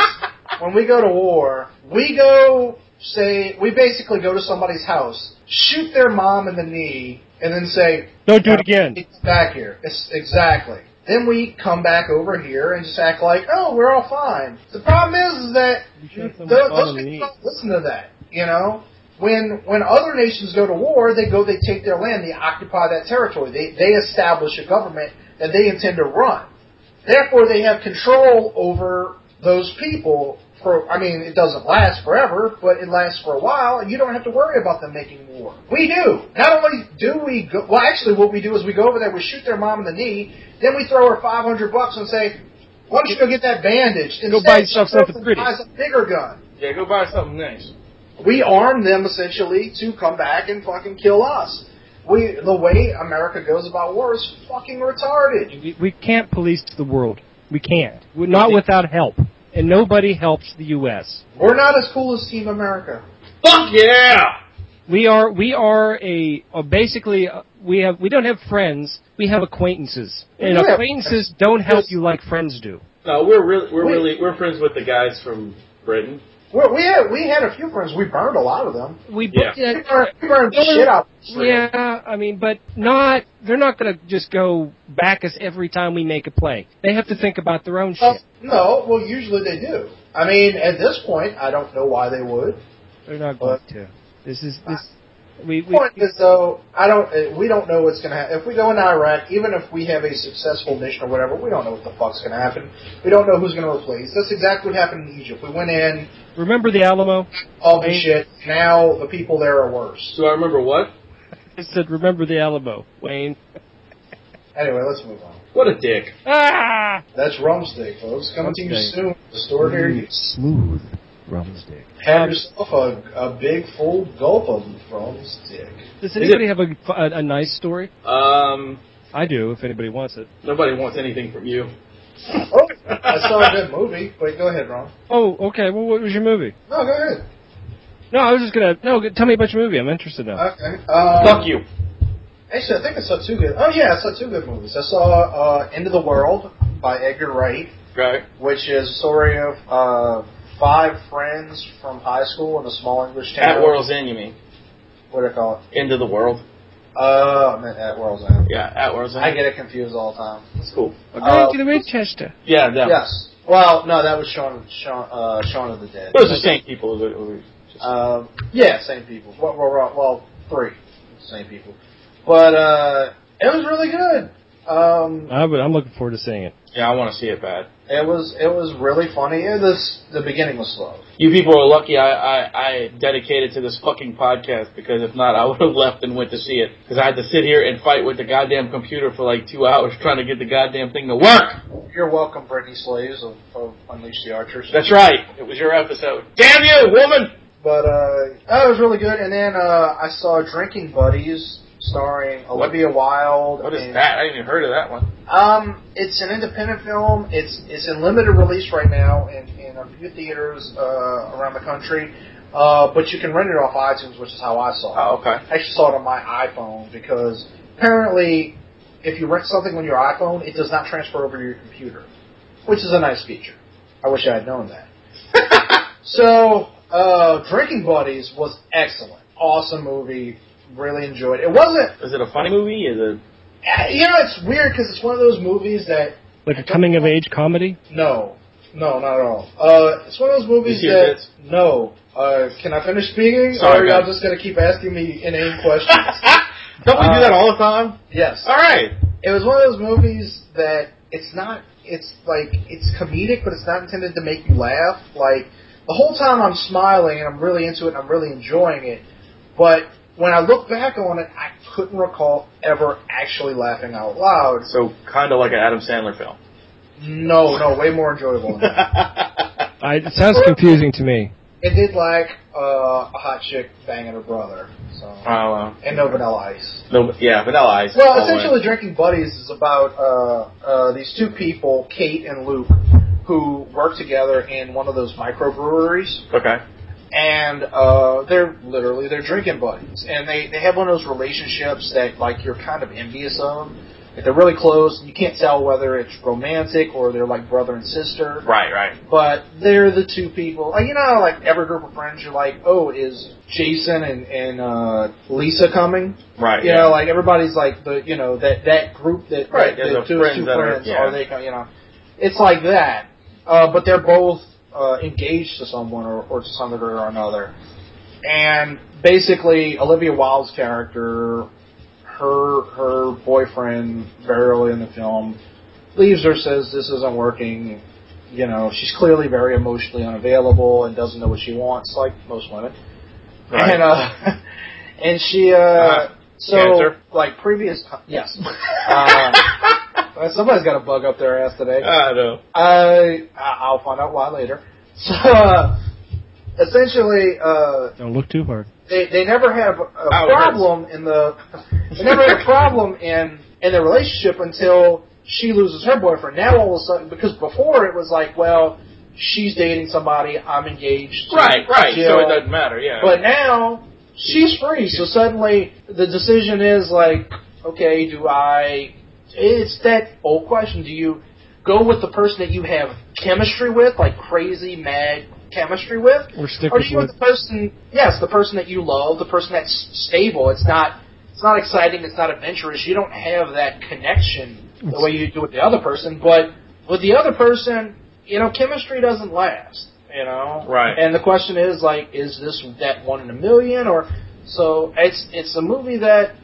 Speaker 6: when we go to war, we go say we basically go to somebody's house, shoot their mom in the knee, and then say,
Speaker 2: Don't do it again.
Speaker 6: It's back here. It's exactly. Then we come back over here and just act like, oh, we're all fine. The problem is, is that
Speaker 2: You shouldn't
Speaker 6: th-
Speaker 2: have
Speaker 6: those
Speaker 2: fallen in
Speaker 6: people
Speaker 2: the
Speaker 6: don't listen to that. You know, when when other nations go to war, they go, they take their land, they occupy that territory, they they establish a government that they intend to run. Therefore, they have control over those people pro. I mean, it doesn't last forever, but it lasts for a while, and you don't have to worry about them making war. We do. Not only do we go. Well, actually, what we do is we go over there, we shoot their mom in the knee, then we throw her five hundred bucks and say, "Why don't you go get that bandaged?" Instead,
Speaker 2: Go buy
Speaker 6: she goes
Speaker 2: yourself something
Speaker 6: and
Speaker 2: pretty.
Speaker 6: Buys a bigger gun.
Speaker 5: Yeah, go buy something nice.
Speaker 6: We arm them essentially to come back and fucking kill us. We the way America goes about war is fucking retarded.
Speaker 2: We, we can't police the world. We can't. We're not without help. And nobody helps the U.S.
Speaker 6: We're not as cool as Team America.
Speaker 5: Fuck yeah!
Speaker 2: We are we are a, a basically uh, we have we don't have friends. We have acquaintances, and
Speaker 6: Yeah.
Speaker 2: acquaintances don't help you like friends do.
Speaker 8: No, we're really, we're
Speaker 6: Wait.
Speaker 8: really, we're friends with the guys from Britain.
Speaker 6: We're, we had we had a few friends. We burned a lot of them.
Speaker 2: We
Speaker 8: Yeah.
Speaker 6: We burned, we burned the shit out. of them.
Speaker 2: Yeah, I mean, but not they're not going to just go back us every time we make a play. They have to think about their own
Speaker 6: Well,
Speaker 2: shit.
Speaker 6: no, well usually they do. I mean, at this point, I don't know why they would.
Speaker 2: They're not
Speaker 6: well-
Speaker 2: going to. This is this. We, we
Speaker 6: point is though, I don't. uh, We don't know what's going to happen. If we go into Iraq, even if we have a successful mission or whatever, we don't know what the fuck's going to happen. We don't know who's going to replace. That's exactly what happened in Egypt. We went in,
Speaker 2: remember the Alamo.
Speaker 6: all this
Speaker 2: Right.
Speaker 6: shit. Now the people there are worse.
Speaker 5: Do I remember what?
Speaker 2: I said, remember the Alamo, Wayne.
Speaker 6: Anyway, let's move on.
Speaker 5: What a dick.
Speaker 2: Ah,
Speaker 6: That's Rumsday, Mm. folks. Coming to you
Speaker 2: Rumsday.
Speaker 6: soon. The store near you.
Speaker 2: smooth rumstick.
Speaker 6: Have yourself a, a big full gulp of Rumstick.
Speaker 2: Does anybody have a, a, a nice story?
Speaker 5: Um,
Speaker 2: I do, if anybody wants it.
Speaker 5: nobody wants anything from you.
Speaker 6: Oh, I saw a good movie. Wait, go ahead, Ron.
Speaker 2: Oh, okay. Well, what was your movie?
Speaker 6: No, go ahead.
Speaker 2: No, I was just gonna. No, g- tell me about your movie. I'm interested now.
Speaker 6: Okay. Um,
Speaker 5: Fuck you.
Speaker 6: Actually, I think I saw two good. Oh yeah, I saw two good movies. I saw uh, End of the World by Edgar Wright,
Speaker 5: Okay.
Speaker 6: which is a story of uh, five friends from high school in a small English town.
Speaker 5: At World's End, you mean?
Speaker 6: What do I call it?
Speaker 5: End of the world.
Speaker 6: Uh, I meant at World's End.
Speaker 5: Yeah, at World's End.
Speaker 6: I get it confused all the time.
Speaker 5: That's cool.
Speaker 2: We're
Speaker 6: uh,
Speaker 2: going to Winchester.
Speaker 5: Yeah, that yeah.
Speaker 6: Yes. Well, no, that was Shaun, Shaun, uh, Shaun of the Dead.
Speaker 5: It was the same people. It was- it was-
Speaker 6: Um, yeah, same people. Well, well, well, well, three, same people. But uh, it was really good. Um,
Speaker 2: I would, I'm looking forward to seeing it.
Speaker 5: Yeah, I want to see it bad.
Speaker 6: It was it was really funny. It was, the beginning was slow.
Speaker 5: You people are lucky I, I, I dedicated to this fucking podcast because if not, I would have left and went to see it. Because I had to sit here and fight with the goddamn computer for like two hours trying to get the goddamn thing to work.
Speaker 6: You're welcome, Brittany Slaves of, of Unleash the Archers.
Speaker 5: That's right. It was your episode. Damn you, woman!
Speaker 6: But uh, that was really good. And then uh, I saw Drinking Buddies starring
Speaker 5: What-
Speaker 6: Olivia Wilde.
Speaker 5: What is
Speaker 6: and-
Speaker 5: that? I didn't even heard of that one.
Speaker 6: Um, it's an independent film. It's it's in limited release right now in, in a few theaters uh, around the country. Uh, but you can rent it off iTunes, which is how I saw it.
Speaker 5: Oh, okay.
Speaker 6: I actually saw it on my iPhone because apparently, if you rent something on your iPhone, it does not transfer over to your computer, which is a nice feature. I wish I had known that. so, uh, Drinking Buddies was excellent, awesome movie. Really enjoyed it. It wasn't,
Speaker 5: Is it a funny movie? Is it?
Speaker 6: eh, you know, it's weird because it's one of those movies that
Speaker 2: Like a coming of age comedy.
Speaker 6: no, no, not at all. Uh, it's one of those movies
Speaker 5: You see
Speaker 6: that
Speaker 5: this?
Speaker 6: no. Uh, can I finish speaking?
Speaker 5: Sorry,
Speaker 6: or y'all
Speaker 5: guys.
Speaker 6: just gonna keep asking me inane questions?
Speaker 5: Don't we do
Speaker 6: Uh,
Speaker 5: that all the time?
Speaker 6: yes.
Speaker 5: All right.
Speaker 6: It was one of those movies that it's not. It's like it's comedic, but it's not intended to make you laugh. Like the whole time I'm smiling and I'm really into it and I'm really enjoying it. But when I look back on it, I couldn't recall ever actually laughing out loud.
Speaker 5: So kind of like an Adam Sandler film.
Speaker 6: No, no, way more enjoyable. Than that.
Speaker 2: I, it sounds confusing to me.
Speaker 6: It did like uh, a hot chick banging her brother. So
Speaker 5: Oh, uh,
Speaker 6: and no vanilla ice.
Speaker 5: no, yeah, Vanilla Ice.
Speaker 6: Well,
Speaker 5: Always.
Speaker 6: essentially, Drinking Buddies is about uh, uh, these two people, Kate and Luke, who work together in one of those microbreweries,
Speaker 5: Okay.
Speaker 6: and uh, they're literally they're drinking buddies, and they they have one of those relationships that like you're kind of envious of. Like, they're really close, and you can't tell whether it's romantic or they're like brother and sister
Speaker 5: Right, right.
Speaker 6: but they're the two people. Like, you know, like every group of friends, you're like, oh, is Jason and and uh, Lisa coming?
Speaker 5: Right,
Speaker 6: You
Speaker 5: yeah.
Speaker 6: know, like everybody's like the you know that that group that
Speaker 5: Right,
Speaker 6: that,
Speaker 5: yeah,
Speaker 6: that
Speaker 5: the
Speaker 6: two,
Speaker 5: friends
Speaker 6: two
Speaker 5: that are-
Speaker 6: friends
Speaker 5: yeah.
Speaker 6: are they co- you know, it's like that. Uh, but they're both uh, engaged to someone or, or to some degree or another, and basically Olivia Wilde's character. Her her boyfriend very early in the film leaves her, says this isn't working, You know, she's clearly very emotionally unavailable and doesn't know what she wants, like most women.
Speaker 5: Right.
Speaker 6: And uh, and she uh,
Speaker 8: Uh,
Speaker 6: so
Speaker 8: cancer.
Speaker 6: like previous yes. uh, somebody's got a bug up their ass today.
Speaker 8: I know.
Speaker 6: I I- I'll find out why later. So uh, essentially, uh,
Speaker 2: Don't look too hard.
Speaker 6: they they never have a
Speaker 8: Oh, hurts.
Speaker 6: problem in the they never had a problem in in their relationship until she loses her boyfriend. Now all of a sudden, because before it was like, well, she's dating somebody, I'm engaged, to
Speaker 8: Right, right. So
Speaker 6: Jill.
Speaker 8: it doesn't matter. Yeah.
Speaker 6: But now she's free, so suddenly the decision is like, okay, do I? It's that old question: Do you go with the person that you have chemistry with, like crazy mad chemistry with,
Speaker 2: Or stick
Speaker 6: or
Speaker 2: with
Speaker 6: do you
Speaker 2: what?
Speaker 6: want the person? Yes, the person that you love, the person that's stable. It's not. It's not exciting. It's not adventurous. You don't have that connection the way you do with the other person. But with the other person, you know, chemistry doesn't last. You know,
Speaker 8: Right.
Speaker 6: And the question is like, is this that one in a million or? So it's it's a movie that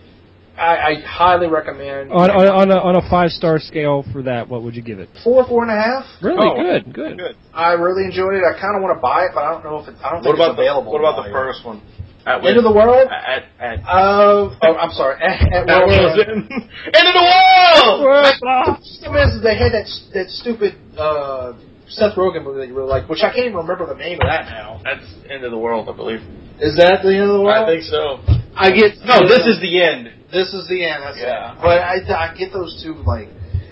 Speaker 6: I, I highly recommend.
Speaker 2: On, on, on, a, on a five star scale for that, what would you give it?
Speaker 6: four, four and a half.
Speaker 2: Really
Speaker 8: Oh,
Speaker 2: good, good.
Speaker 8: good.
Speaker 6: I really enjoyed it. I kind of want to buy it, but I don't know if it, I don't
Speaker 8: What
Speaker 6: think
Speaker 8: about
Speaker 6: it's available.
Speaker 8: the What about the
Speaker 6: anymore.
Speaker 8: first one? At
Speaker 6: End of the world.
Speaker 8: At, at, at,
Speaker 6: Of oh, I'm sorry. At, at
Speaker 8: that
Speaker 6: World's
Speaker 8: was in.
Speaker 6: End.
Speaker 8: End of the world.
Speaker 6: the problem is they had that that stupid uh, Seth Rogen movie that you really like, which I can't even remember the name of that now.
Speaker 8: That's end of the world, I believe.
Speaker 6: Is that the end of the world?
Speaker 8: I think so.
Speaker 6: I get
Speaker 8: No, this is the end.
Speaker 6: this is the end. That's
Speaker 8: Yeah.
Speaker 6: it. But I, I get those two like,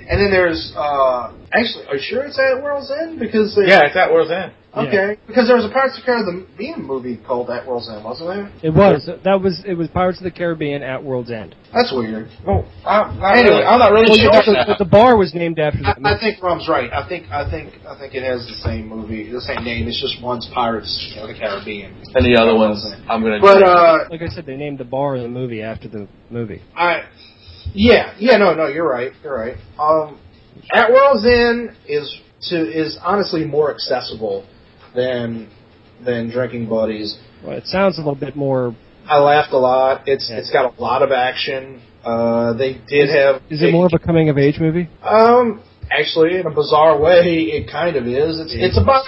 Speaker 6: and then there's uh, actually, are you sure it's at World's End? Because they,
Speaker 8: Yeah, it's at world's end.
Speaker 6: okay, because there was a Pirates of the Caribbean movie called At World's End, wasn't there?
Speaker 2: It was that was it was Pirates of the Caribbean at World's End.
Speaker 6: That's weird.
Speaker 8: Well, I'm not
Speaker 6: Anyway,
Speaker 8: really, I'm not really
Speaker 6: well,
Speaker 8: sure.
Speaker 6: you got
Speaker 2: But the bar was named after
Speaker 6: I,
Speaker 2: that
Speaker 6: I
Speaker 2: movie.
Speaker 6: think Rum's right. I think I think I think it has the same movie, the same name. It's just one's Pirates of the Caribbean.
Speaker 8: And the other ones, I'm gonna.
Speaker 6: But uh,
Speaker 2: Like I said, they named the bar in the movie after the movie.
Speaker 6: I, yeah, yeah, no, no, you're right, you're right. Um, At World's End is to is honestly more accessible than than Drinking Buddies.
Speaker 2: Well, it sounds a little bit more.
Speaker 6: I laughed a lot. It's
Speaker 2: Yeah.
Speaker 6: it's got a lot of action. Uh, they did have.
Speaker 2: Is it more of a coming of age movie?
Speaker 6: Um, actually, in a bizarre way, it kind of is. It's it's about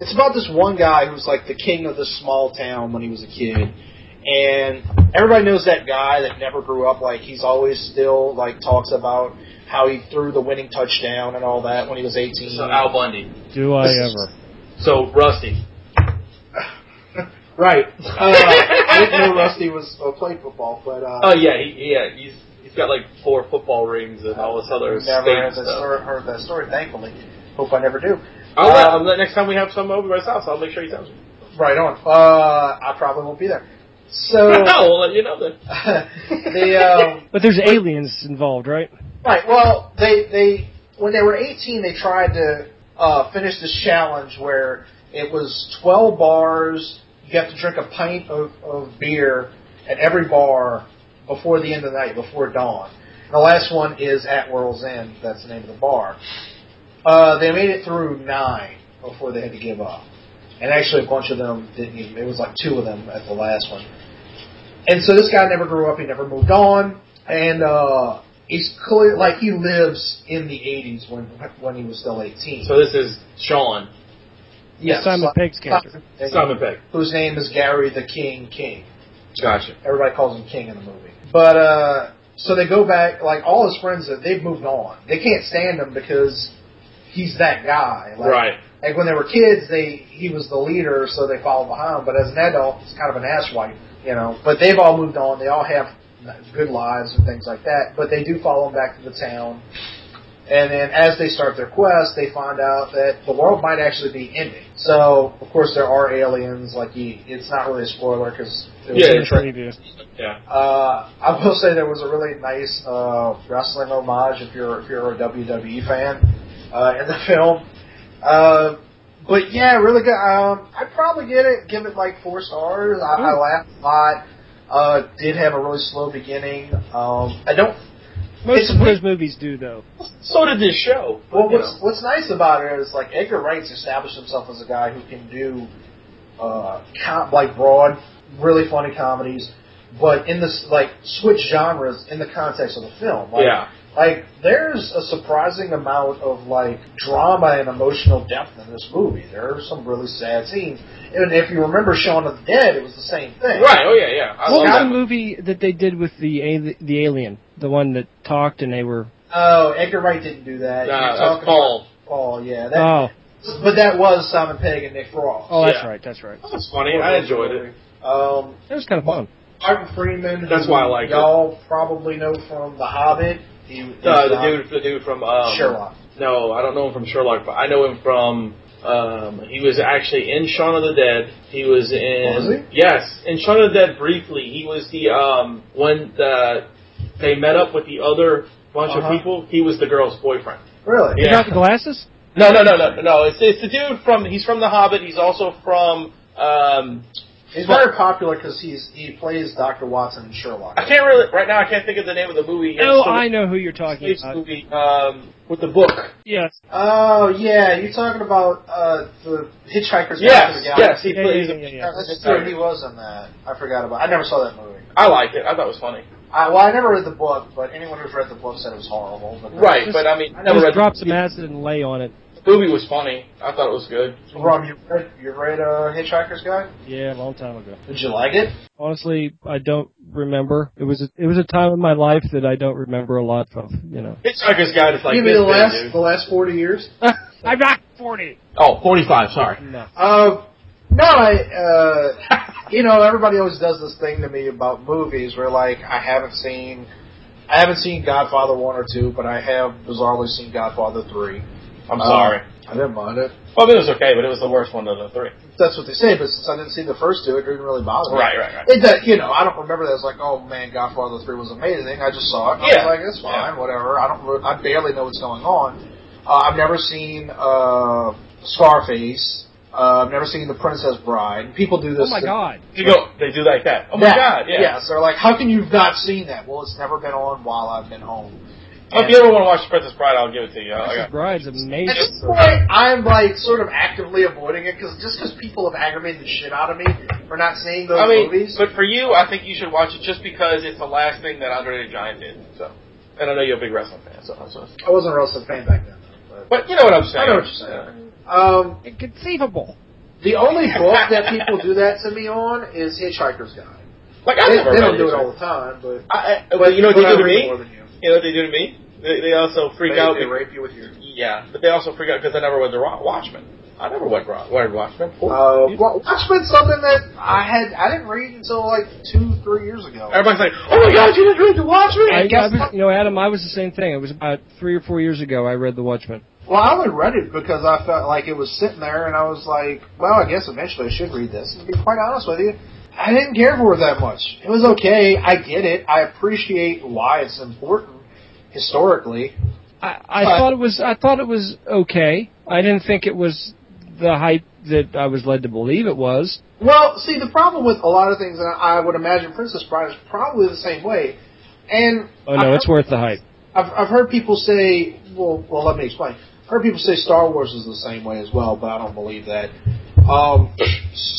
Speaker 6: it's about this one guy who's like the king of this small town when he was a kid, and everybody knows that guy that never grew up. Like he's always still like talks about how he threw the winning touchdown and all that when he was eighteen.
Speaker 8: so Al Bundy.
Speaker 2: Do I ever?
Speaker 8: So Rusty.
Speaker 6: right? Uh, I didn't know Rusty was uh, played football, but uh,
Speaker 8: Oh yeah, he, yeah, he's he's got like four football rings and all this other
Speaker 6: never heard
Speaker 8: state
Speaker 6: that,
Speaker 8: stuff.
Speaker 6: story, heard that story. Thankfully, hope I never do.
Speaker 8: I'll
Speaker 6: Uh,
Speaker 8: let- I'll let- next time we have some over by his house, I'll make sure he tells you.
Speaker 6: Right on. Uh, I probably won't be there. So
Speaker 8: I'll let you know then.
Speaker 6: the um,
Speaker 2: But there's aliens involved, right?
Speaker 6: right. Well, they they when they were 18, they tried to uh, finish this challenge where it was 12 bars. You have to drink a pint of, of beer at every bar before the end of the night, before dawn. And the last one is at World's End. That's the name of the bar. Uh, they made it through nine before they had to give up. And actually, a bunch of them didn't even. It was like two of them at the last one. And so this guy never grew up. He never moved on. And uh, he's clear, like he lives in the '80s when when he was still 18.
Speaker 8: So this is Sean
Speaker 6: yes,
Speaker 2: Simon
Speaker 6: Simon-
Speaker 2: Pegg's character.
Speaker 8: Simon Pegg.
Speaker 6: whose name is Gary the King King.
Speaker 8: Gotcha.
Speaker 6: Everybody calls him King in the movie. But uh, so they go back. Like all his friends, that they've moved on. They can't stand him because he's that guy. Like,
Speaker 8: Right.
Speaker 6: Like when they were kids, they he was the leader, so they followed behind. him. But as an adult, he's kind of an asswipe, you know. But they've all moved on. They all have good lives and things like that. But they do follow him back to the town. And then as they start their quest, they find out that the world might actually be ending. So of course there are aliens. Like he, it's not really a spoiler because
Speaker 8: Yeah,
Speaker 2: In the preview.
Speaker 8: Yeah.
Speaker 6: uh, I will say there was a really nice uh, wrestling homage if you're if you're a WWE fan uh, in the film. Uh, but yeah, really good. Um, I'd probably get it, give it like four stars. I, I laughed a lot. Uh, did have a really slow beginning. Um, I don't.
Speaker 2: Most
Speaker 6: It's
Speaker 2: of
Speaker 6: weird.
Speaker 2: those movies do, though.
Speaker 8: So did this show. but,
Speaker 6: Well,
Speaker 8: you
Speaker 6: what's what's nice about it is like Edgar Wright's established himself as a guy who can do uh, com- like broad, really funny comedies, but in this like switch genres in the context of the film.
Speaker 8: know.
Speaker 6: Like,
Speaker 8: yeah.
Speaker 6: Like, there's a surprising amount of like drama and emotional depth in this movie. There are some really sad scenes, and if you remember Shaun of the Dead, it was the same thing.
Speaker 5: Right. Oh yeah, yeah. I
Speaker 2: What
Speaker 5: love
Speaker 2: was
Speaker 5: that.
Speaker 2: the movie that they did with the a- the alien, the one that talked and they were?
Speaker 6: Oh, Edgar Wright didn't do that. You're
Speaker 5: Nah,
Speaker 6: talking
Speaker 5: that's Paul.
Speaker 6: about Paul, yeah. That,
Speaker 2: Oh,
Speaker 6: But that was Simon Pegg and Nick Frost.
Speaker 2: oh, that's
Speaker 5: Yeah.
Speaker 2: right, that's right.
Speaker 5: That's funny. I enjoyed it.
Speaker 6: Um,
Speaker 2: That was kind of fun.
Speaker 6: Martin Freeman.
Speaker 5: That's why I like it.
Speaker 6: Y'all probably know from The Hobbit. He, he's,
Speaker 5: Uh, the
Speaker 6: uh,
Speaker 5: dude, the dude from um,
Speaker 6: Sherlock.
Speaker 5: No, I don't know him from Sherlock, but I know him from. Um, he was actually in Shaun of the Dead. He was in
Speaker 6: Was
Speaker 5: yes, in Shaun of the Dead briefly. He was the um when the they met up with the other bunch
Speaker 6: Uh-huh.
Speaker 5: of people. He was the girl's boyfriend.
Speaker 6: Really?
Speaker 2: You
Speaker 5: Yeah.
Speaker 2: got the glasses?
Speaker 5: No, no, no, no, no. It's it's the dude from. He's from The Hobbit. He's also from. Um,
Speaker 6: He's very popular because he's he plays Doctor Watson in Sherlock.
Speaker 5: I can't really right now. I can't think of the name of the movie.
Speaker 2: Oh,
Speaker 5: It's the-
Speaker 2: I know who you're talking
Speaker 5: it's the
Speaker 2: about.
Speaker 5: movie um, with the book.
Speaker 2: Yes,
Speaker 6: Oh yeah, you're talking about uh, the Hitchhiker's Guide to
Speaker 5: Yes,
Speaker 6: the Galaxy.
Speaker 5: yes. He
Speaker 2: Yeah,
Speaker 5: plays.
Speaker 2: yeah, yeah, yeah,
Speaker 6: Yeah, that's true. He was in that. I forgot about. I never saw that movie.
Speaker 5: I liked it. I thought it was funny.
Speaker 6: I, well, I never read the book, but anyone who's read the book said it was horrible. But
Speaker 5: Right,
Speaker 2: Just-
Speaker 5: but I mean, I never
Speaker 2: just
Speaker 5: read
Speaker 2: drop some acid and lay on it.
Speaker 5: The movie was funny. I thought it was good.
Speaker 6: Rob, you read you read uh, Hitchhiker's Guide?
Speaker 2: Yeah, a long time ago.
Speaker 6: Did you like it?
Speaker 2: Honestly, I don't remember. It was a, it was a time in my life that I don't remember a lot of. You know,
Speaker 5: Hitchhiker's Guide is like
Speaker 6: Give me
Speaker 5: this
Speaker 6: the
Speaker 5: big,
Speaker 6: last
Speaker 5: dude.
Speaker 6: the last forty years.
Speaker 2: I'm not forty.
Speaker 5: Oh, 45, sorry.
Speaker 2: No.
Speaker 6: Uh, no, I. Uh, you know, everybody always does this thing to me about movies where like I haven't seen, I haven't seen Godfather one or two, but I have bizarrely seen Godfather three.
Speaker 5: I'm sorry.
Speaker 6: I didn't Oh, mind it.
Speaker 5: Well, I mean, it was okay, but it was the worst one of the three.
Speaker 6: That's what they say, but since I didn't see the first two, it didn't really bother me.
Speaker 5: Right, right, right.
Speaker 6: It does, you know, I don't remember that. It's like, oh man, Godfather Three was amazing. I just saw it. And
Speaker 5: Yeah.
Speaker 6: I was like, it's fine, whatever. I don't, re- I barely know what's going on. Uh, I've never seen uh, Scarface. Uh, I've never seen The Princess Bride. People do this.
Speaker 2: Oh my
Speaker 6: to-
Speaker 2: god.
Speaker 5: You go, they do like that. Oh my god, yeah.
Speaker 6: Yes, they're like, how can you've not seen that? Well, it's never been on while I've been home.
Speaker 5: If you ever want to watch The Princess Bride, I'll give it to you. I
Speaker 2: Mrs.
Speaker 5: got-
Speaker 2: Bride's
Speaker 6: At Oh, this
Speaker 2: amazing.
Speaker 6: point, I'm like sort of actively avoiding it because just because people have aggravated the shit out of me for not seeing those
Speaker 5: I mean,
Speaker 6: movies.
Speaker 5: but for you, I think you should watch it just because it's the last thing that Andre the Giant did. So, and I know you're a big wrestling fan, so. so.
Speaker 6: I wasn't a wrestling fan back then. though,
Speaker 5: But
Speaker 6: But,
Speaker 5: you know what I'm saying.
Speaker 6: I know what you're saying. Um,
Speaker 2: Inconceivable.
Speaker 6: the only book that people do that to me on is Hitchhiker's Guide.
Speaker 5: Like I
Speaker 6: They,
Speaker 5: never read
Speaker 6: they don't do
Speaker 5: it.
Speaker 6: it all the time, but
Speaker 5: I, I, but you know what they
Speaker 6: but I
Speaker 5: do to
Speaker 6: read
Speaker 5: me?
Speaker 6: More than you.
Speaker 5: You know what they do to me? They, they also freak
Speaker 6: They,
Speaker 5: out.
Speaker 6: they rape you with your.
Speaker 5: Yeah, but they also freak out because I never read the Ro- Watchmen. I never read, Ro- read Watchmen.
Speaker 6: Uh, well, Watchmen's something that I had I didn't read until like two three years ago.
Speaker 5: Everybody's like, "Oh my God, you didn't read the Watchmen!"
Speaker 2: I, I
Speaker 6: guess
Speaker 2: was,
Speaker 6: what?
Speaker 2: you know, Adam, I was the same thing. It was about three or four years ago. I read The Watchmen.
Speaker 6: Well, I only read it because I felt like it was sitting there, and I was like, well, I guess eventually I should read this. And to be quite honest with you, I didn't care for it that much. It was okay. I get it. I appreciate why it's important historically.
Speaker 2: I, I
Speaker 6: But-
Speaker 2: thought it was. I thought it was okay. I didn't think it was the hype that I was led to believe it was.
Speaker 6: Well, see, the problem with a lot of things, and I I would imagine Princess Bride is probably the same way. And
Speaker 2: Oh no,
Speaker 6: I've
Speaker 2: it's worth the hype.
Speaker 6: I've, I've heard people say, well, well, let me explain. I've heard people say Star Wars is the same way as well, but I don't believe that. Um,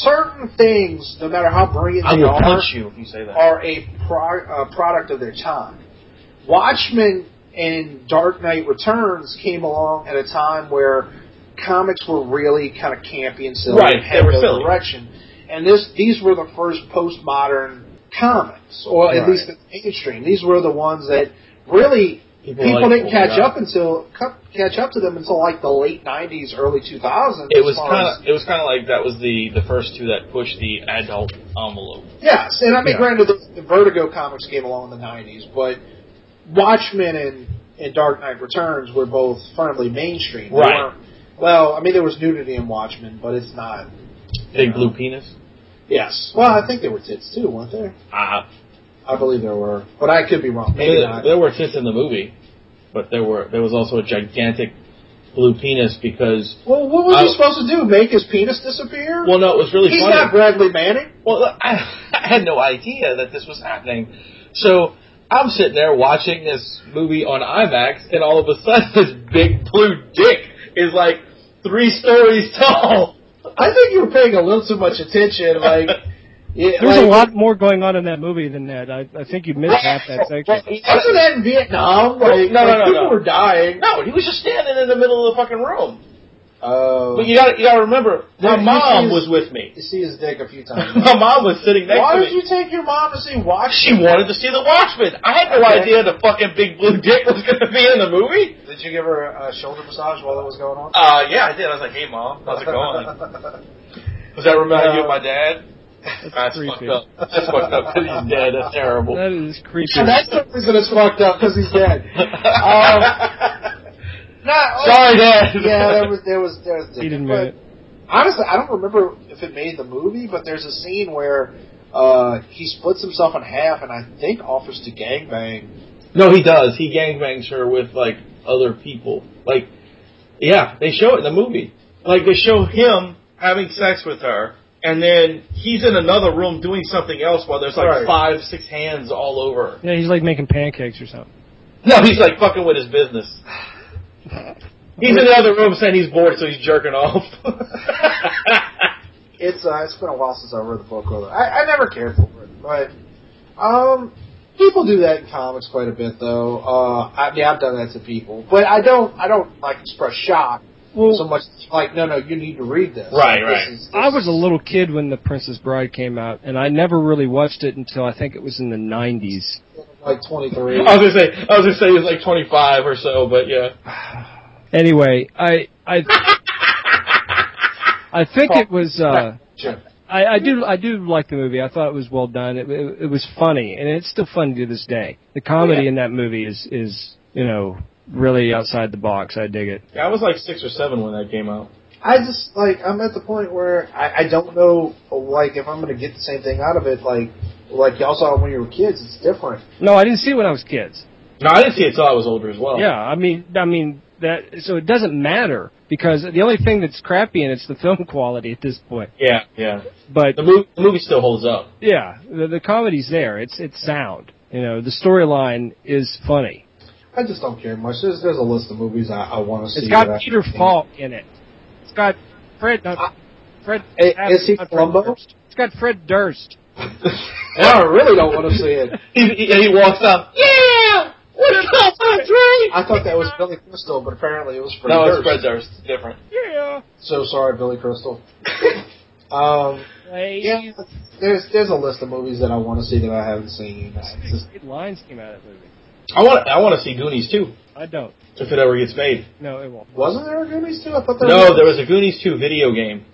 Speaker 6: certain things, no matter how brilliant they are,
Speaker 5: you if you say that.
Speaker 6: are a pro- uh, product of their time. Watchmen and Dark Knight Returns came along at a time where comics were really kind of campy and silly
Speaker 5: Right,
Speaker 6: and
Speaker 5: they
Speaker 6: had
Speaker 5: were
Speaker 6: no
Speaker 5: silly.
Speaker 6: direction. And this, these were the first postmodern comics, or at
Speaker 5: Right.
Speaker 6: least the mainstream. These were the ones that really people,
Speaker 5: like,
Speaker 6: didn't
Speaker 5: oh my
Speaker 6: catch
Speaker 5: God.
Speaker 6: up until cu- catch up to them until like the late '90s, early 2000s.
Speaker 5: It was
Speaker 6: as far
Speaker 5: kind
Speaker 6: as-
Speaker 5: of, it was kind of like that was the the first two that pushed the adult envelope.
Speaker 6: Yes, and I mean,
Speaker 2: Yeah.
Speaker 6: granted, the, the Vertigo comics came along in the '90s, but Watchmen and, and Dark Knight Returns were both firmly mainstream. They
Speaker 5: Right.
Speaker 6: weren't- Well, I mean, there was nudity in Watchmen, but it's not.
Speaker 5: Big
Speaker 6: Yeah.
Speaker 5: blue penis.
Speaker 6: Yes. Well, I think there were tits too, weren't there?
Speaker 5: Ah,
Speaker 6: I believe there were, but I could be wrong. Maybe
Speaker 5: there,
Speaker 6: not.
Speaker 5: there were tits in the movie, but there were there was also a gigantic blue penis because.
Speaker 6: Well, what was he
Speaker 5: I-
Speaker 6: supposed to do? Make his penis disappear?
Speaker 5: Well, no, it was really
Speaker 6: He's
Speaker 5: funny.
Speaker 6: not Bradley Manning.
Speaker 5: Well, look, I, I had no idea that this was happening. So I'm sitting there watching this movie on IMAX, and all of a sudden, this big blue dick is like three stories tall.
Speaker 6: I think you were paying a little too much attention. Like Yeah,
Speaker 2: There's a
Speaker 6: like-
Speaker 2: lot more going on in that movie than that. I, I think you missed half that section.
Speaker 6: Wasn't that in Vietnam? Like,
Speaker 5: No, no,
Speaker 6: like,
Speaker 5: no,
Speaker 6: people
Speaker 5: no.
Speaker 6: were dying.
Speaker 5: No, he was just standing in the middle of the fucking room.
Speaker 6: Oh.
Speaker 5: But you gotta, you gotta remember, my
Speaker 6: Dude, you
Speaker 5: mom
Speaker 6: see-
Speaker 5: was with me.
Speaker 6: You see his dick a few times.
Speaker 5: my mom was sitting next
Speaker 6: Why
Speaker 5: to me.
Speaker 6: did you take your mom to see
Speaker 5: She
Speaker 6: Watchmen?
Speaker 5: wanted to see The Watchmen. I had no
Speaker 6: Okay.
Speaker 5: idea the fucking big blue dick was going to be in the movie.
Speaker 6: Did you give her a shoulder massage while that was going on?
Speaker 5: Uh, yeah, I did. I was like, hey, mom, how's it going? Does that remind you of my dad? That's, fucked
Speaker 2: creepy.
Speaker 5: up. That's fucked up 'cause he's dead. That's terrible.
Speaker 2: That is creepy.
Speaker 6: And that's the reason it's fucked up because he's dead. Um, nah, oh,
Speaker 5: Sorry, Dad.
Speaker 6: Yeah, there was there was there was.
Speaker 2: He didn't
Speaker 6: but
Speaker 2: mean it.
Speaker 6: Honestly, I don't remember if it made the movie, but there's a scene where uh, he splits himself in half, and I think offers to gangbang.
Speaker 5: No, he does. He gangbangs her with like other people. Like, yeah, they show it in the movie. Like they show him having sex with her, and then he's in another room doing something else while there's like
Speaker 6: Right.
Speaker 5: five, six hands all over. her.
Speaker 2: Yeah, he's like making pancakes or something.
Speaker 5: No, he's like fucking with his business. He's in the other room saying he's bored, so he's jerking off.
Speaker 6: It's uh, it's been a while since I read the book. Although I, I never cared for it, but um, people do that in comics quite a bit, though. Uh, I mean, I've done that to people, but I don't I don't like express shock so much. as, Like, no, no, you need to read this.
Speaker 5: Right,
Speaker 6: This
Speaker 5: right.
Speaker 6: is- this
Speaker 2: I was
Speaker 6: is-
Speaker 2: a little kid when The Princess Bride came out, and I never really watched it until I think it was in the 90s.
Speaker 6: like twenty three.
Speaker 5: I was gonna say, I was gonna say he's like 25 or so, but yeah.
Speaker 2: Anyway, I I I think it was. Uh, I, I do I do like the movie. I thought it was well done. It, it, it was funny, and it's still funny to this day. The comedy in that movie is is you know really outside the box. I dig it.
Speaker 5: yeah. I was like six or seven when that came out.
Speaker 6: I just like I'm at the point where I, I don't know like if I'm gonna get the same thing out of it. Like like y'all saw when you were kids, it's different.
Speaker 2: No, I didn't see it when I was kids.
Speaker 5: No, I didn't see it till I was older as
Speaker 6: Oh.
Speaker 5: well.
Speaker 2: Yeah, I mean I mean that. So it doesn't matter because the only thing that's crappy in it's the film quality at this point.
Speaker 5: yeah, yeah.
Speaker 2: But
Speaker 5: The movie, the movie still holds up.
Speaker 2: yeah, the, the comedy's there. It's it's sound. You know, the storyline is funny.
Speaker 6: I just don't care much. There's there's a list of movies I, I want to see.
Speaker 2: It's got
Speaker 6: that I-
Speaker 2: Peter Falk in it. It's got Fred. Uh, Fred.
Speaker 6: Eh, is he
Speaker 2: not Fred
Speaker 6: Columbo?
Speaker 2: Durst. It's got Fred Durst.
Speaker 6: I really don't want to see it.
Speaker 5: He, he, and he walks up. Yeah, what a top three.
Speaker 6: I thought that was Billy Crystal, but apparently it was Fred.
Speaker 5: No, it's
Speaker 6: Durst.
Speaker 5: Fred Durst. It's Different.
Speaker 2: Yeah.
Speaker 6: So sorry, Billy Crystal. um, yeah, there's there's a list of movies that I want to see that I haven't seen. It's just-
Speaker 2: Great lines came out of that movie.
Speaker 5: I want, I want to see Goonies too,
Speaker 2: I don't.
Speaker 5: if it ever gets made.
Speaker 2: No, it won't.
Speaker 6: wasn't there a Goonies too? I thought there
Speaker 5: No, there was a Goonies two video game.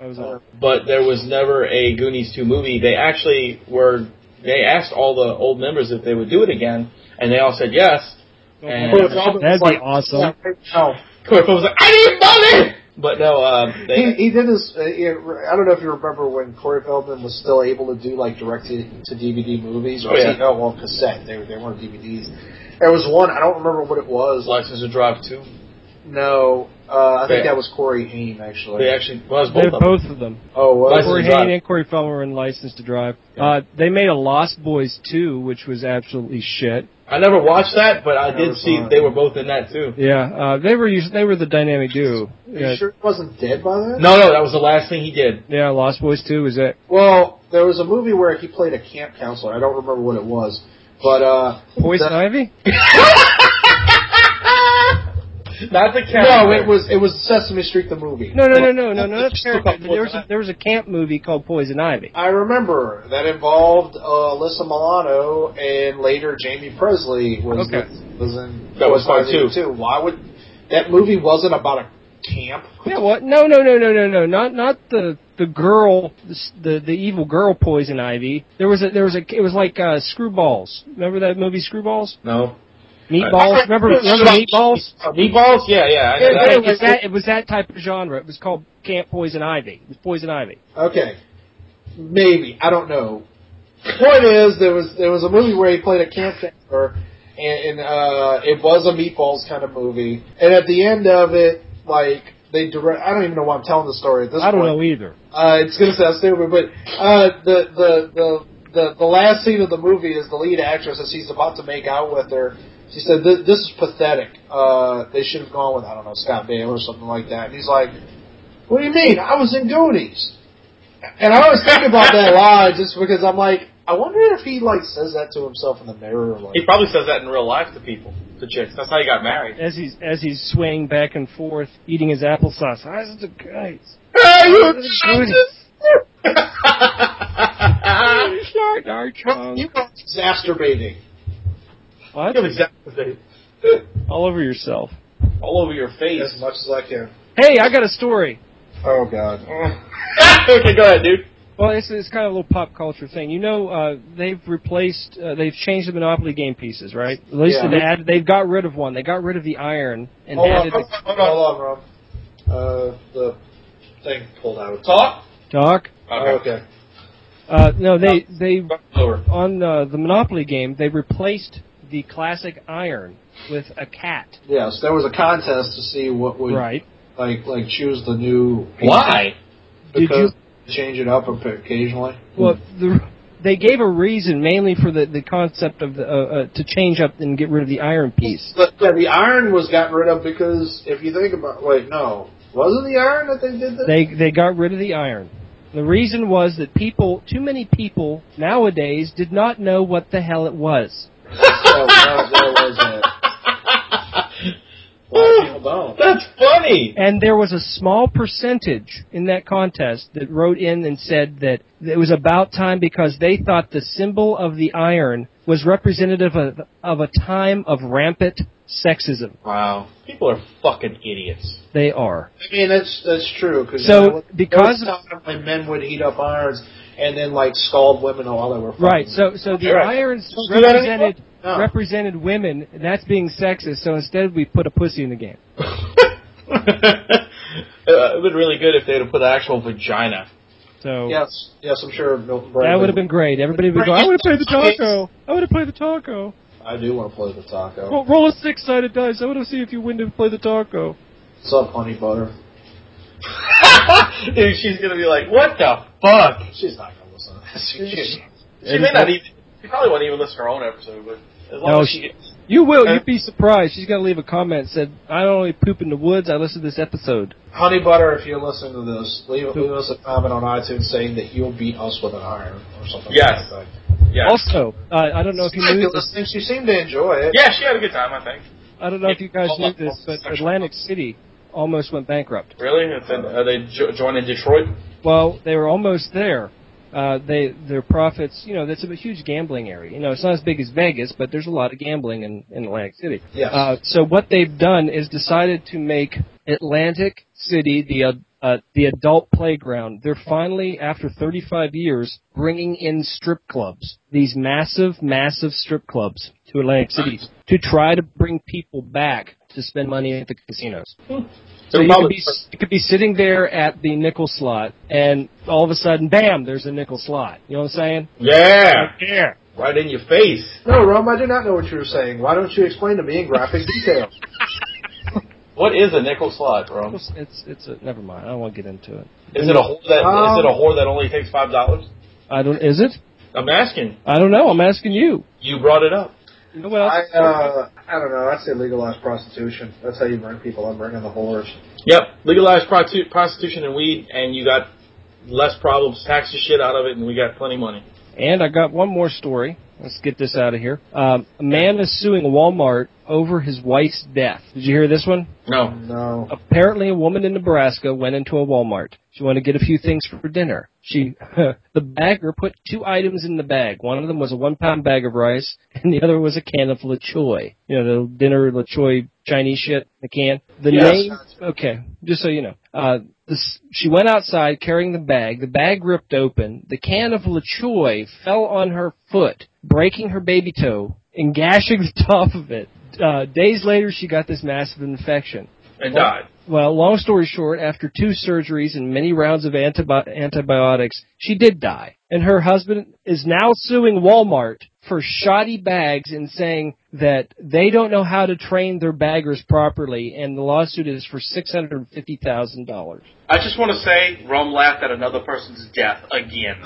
Speaker 2: I
Speaker 6: Uh,
Speaker 2: was on.
Speaker 5: but there was never a Goonies 2 movie. They actually were, they asked all the old members if they would do it again, and they all said yes. And
Speaker 2: That'd be
Speaker 6: like-
Speaker 2: awesome.
Speaker 6: No,
Speaker 5: Corpo was like, I need money! But no, uh,
Speaker 6: he,
Speaker 5: they,
Speaker 6: he did his. Uh, he- I don't know if you remember when Corey Feldman was still able to do like direct to, to DVD movies or
Speaker 5: Oh, yeah.
Speaker 6: see- oh, well cassette. They they weren't DVDs. There was one I don't remember what it was. Like
Speaker 5: License to Drive 2.
Speaker 6: no, uh, I think
Speaker 5: They-
Speaker 6: that was Corey Haim actually.
Speaker 5: They actually, well, it was both
Speaker 2: They're
Speaker 5: of them.
Speaker 2: both of them.
Speaker 6: oh, was
Speaker 5: License
Speaker 2: Corey
Speaker 5: to Drive.
Speaker 2: Haim and Corey Feldman were in License to Drive. Uh, they made a Lost Boys 2, which was absolutely shit.
Speaker 5: I never watched that, but I
Speaker 6: Never
Speaker 5: did see
Speaker 6: saw it.
Speaker 5: they were both in that too.
Speaker 2: Yeah, uh, they were us- they were the dynamic duo.
Speaker 6: Are you
Speaker 2: Yeah,
Speaker 6: sure it wasn't dead by then?
Speaker 5: No, no, that was the last thing he did.
Speaker 2: yeah, Lost Boys 2 was it.
Speaker 6: Well, there was a movie where he played a camp counselor. I don't remember what it was, but uh,
Speaker 2: Poison
Speaker 6: the-
Speaker 2: Ivy?
Speaker 5: Not the character.
Speaker 6: no, it was it was Sesame Street the movie.
Speaker 2: No, no, no, no, no, no. Not
Speaker 5: Just
Speaker 2: Parasite,
Speaker 5: about
Speaker 2: but There was a,
Speaker 5: Poison
Speaker 2: there was a camp movie called Poison Ivy.
Speaker 6: I remember that involved uh, Alyssa Milano and later Jamie Presley was
Speaker 2: Okay.
Speaker 6: was in
Speaker 5: That was part two.
Speaker 6: in Too. Why would that movie wasn't about a camp?
Speaker 2: Yeah, what? No, no, no, no, no, no. Not not the the girl, the s- the, the evil girl, Poison Ivy. There was a there was a it was like uh, Screwballs. Remember that movie Screwballs?
Speaker 5: No.
Speaker 2: Meatballs. Remember remember Meatballs?
Speaker 5: Uh, meatballs? Yeah, yeah. I know that.
Speaker 2: It was that it was that type of genre. It was called Camp Poison Ivy. It was Poison Ivy.
Speaker 6: Okay, maybe I don't know. Point is, there was there was a movie where he played a camp counselor, and, and uh, it was a meatballs kind of movie. And at the end of it, like they direct. I don't even know why I'm telling the story at this
Speaker 2: I don't
Speaker 6: point.
Speaker 2: know either.
Speaker 6: Uh, it's gonna sound stupid, but uh, the, the the the the last scene of the movie is the lead actress as he's about to make out with her. She said, "This, this is pathetic. Uh, they should have gone with I don't know Scott Baio or something like that." And he's like, "What do you mean? I was in Goonies." And I always think about that a lot just because I'm like, I wonder if he like says that to himself in the mirror. Like,
Speaker 8: He probably says that in real life to people, to chicks. That's how he got married.
Speaker 2: As he's as he's swaying back and forth, eating his applesauce. Eyes of the guys.
Speaker 5: Hey, you
Speaker 6: you call it exacerbating.
Speaker 2: What?
Speaker 8: Give exactly
Speaker 2: All over yourself.
Speaker 8: all over your face.
Speaker 6: As much as I can.
Speaker 2: Hey, I got a story.
Speaker 6: Oh God.
Speaker 8: okay, go ahead, dude.
Speaker 2: Well, it's, it's kind of a little pop culture thing. You know, uh, they've replaced, uh, they've changed the Monopoly game pieces, right? At least
Speaker 6: Yeah.
Speaker 2: they add, they've got rid of one. They got rid of the iron and
Speaker 6: Hold on,
Speaker 2: added
Speaker 6: hold on, hold on, Rob. Uh, the thing pulled out of
Speaker 8: Talk.
Speaker 2: the dock.
Speaker 6: Oh, okay.
Speaker 2: Uh, no, they they
Speaker 8: Over.
Speaker 2: on uh, the Monopoly game they replaced the classic iron with a cat.
Speaker 6: Yes, there was a contest to see what would
Speaker 2: Right?
Speaker 6: like like choose the new piece.
Speaker 8: Why?
Speaker 2: Did you
Speaker 6: because they change it up occasionally.
Speaker 2: Well, the, they gave a reason mainly for the, the concept of the, uh, uh, to change up and get rid of the iron piece.
Speaker 6: But yeah, the iron was gotten rid of because if you think about wait, no. Was it the iron that they did this?
Speaker 2: They they got rid of the iron. The reason was that people, too many people nowadays, did not know what the hell it was.
Speaker 6: so, no, there was that. Well, people don't.
Speaker 8: That's funny.
Speaker 2: And there was a small percentage in that contest that wrote in and said that it was about time because they thought the symbol of the iron was representative of, of a time of rampant sexism.
Speaker 8: Wow. People are fucking idiots.
Speaker 2: They are.
Speaker 6: I mean, that's that's true. Cause
Speaker 2: So,
Speaker 6: there was-
Speaker 2: because-
Speaker 6: there was a time when men would heat up irons and then like scald women while they were fucking.
Speaker 2: Right. So so the
Speaker 6: Right.
Speaker 2: irons
Speaker 6: Don't do that
Speaker 2: represented
Speaker 6: No.
Speaker 2: represented women, and that's being sexist. So instead, we put a pussy in the game.
Speaker 8: uh, it would been really good if they'd have put an actual vagina.
Speaker 2: So
Speaker 6: yes, yes, I'm sure. Milton
Speaker 2: that
Speaker 6: Berle
Speaker 2: would have been great. Everybody would go. I would have played the taco. I would have played the taco.
Speaker 6: I do want to play the taco.
Speaker 2: Roll, roll a six sided dice. I would have seen if you win to play the taco.
Speaker 6: What's up, honey butter?
Speaker 8: Dude, she's gonna be like, "What the fuck?"
Speaker 6: She's not gonna listen to this. She-
Speaker 8: She may not even. She probably won't even listen to her own episode, but as long
Speaker 2: No,
Speaker 8: as she,
Speaker 2: she- You will.
Speaker 8: Huh?
Speaker 2: You'd be surprised. She's gonna leave a comment. Said I don't only poop in the woods. I listened to this episode.
Speaker 6: honey butter, if you're listening to this, leave, leave us a comment on iTunes saying that you'll beat us with an iron or something.
Speaker 8: Yes.
Speaker 6: Like that.
Speaker 8: yeah,
Speaker 2: Also, uh, I don't know if you knew this.
Speaker 6: Listening, she seemed to enjoy it.
Speaker 8: yeah, she had a good time. I think.
Speaker 2: I don't know if you guys knew this, but Atlantic City almost went bankrupt.
Speaker 8: Really? It's in, are they jo- joining Detroit?
Speaker 2: Well, they were almost there. Uh, they their profits, you know, that's a huge gambling area. You know, it's not as big as Vegas, but there's a lot of gambling in, in Atlantic City.
Speaker 6: Yes.
Speaker 2: Uh, so what they've done is decided to make Atlantic City the uh, uh, the adult playground. They're finally, after 35 years, bringing in strip clubs. These massive, massive strip clubs to Atlantic City to try to bring people back to spend money at the casinos. So you could, be, you could be sitting there at the nickel slot, and all of a sudden, bam, there's a nickel slot. You know what I'm saying?
Speaker 8: Yeah,
Speaker 2: Yeah.
Speaker 8: right in your face.
Speaker 6: No, Rum, I do not know what you were saying. Why don't you explain to me in graphic detail?
Speaker 8: What is a nickel slot, bro? Is
Speaker 2: It's it's a, never mind. I don't want to get into it.
Speaker 8: it a whore that
Speaker 6: Um,
Speaker 8: is it a whore that only takes five dollars?
Speaker 2: I don't. Is it?
Speaker 8: I'm asking.
Speaker 2: I don't know. I'm asking you.
Speaker 8: You brought it up.
Speaker 2: You know what else?
Speaker 6: I uh, I don't know. I'd say legalized prostitution. That's how you bring people up, bringing the whores.
Speaker 8: Yep, legalized prostitu- prostitution and weed, and you got less problems. Tax the shit out of it, and we got plenty of money.
Speaker 2: And I got one more story. Let's get this out of here. Um, a man is suing Walmart over his wife's death. Did you hear this one?
Speaker 8: No,
Speaker 6: No.
Speaker 2: Apparently, a woman in Nebraska went into a Walmart. She wanted to get a few things for dinner. She, the bagger put two items in the bag. One of them was a one-pound bag of rice, and the other was a can of LaChoy. You know, the dinner LaChoy Chinese shit, the can. The
Speaker 6: Yes.
Speaker 2: name, okay, just so you know. Uh, this, she went outside carrying the bag. The bag ripped open. The can of LaChoy fell on her foot, breaking her baby toe and gashing the top of it. Uh, days later, she got this massive infection.
Speaker 8: and died.
Speaker 2: Well, long story short, after two surgeries and many rounds of antibi- antibiotics, she did die. And her husband is now suing Walmart for shoddy bags and saying that they don't know how to train their baggers properly, and the lawsuit is for $650,000.
Speaker 8: I just want to say, Rum laughed at another person's death again.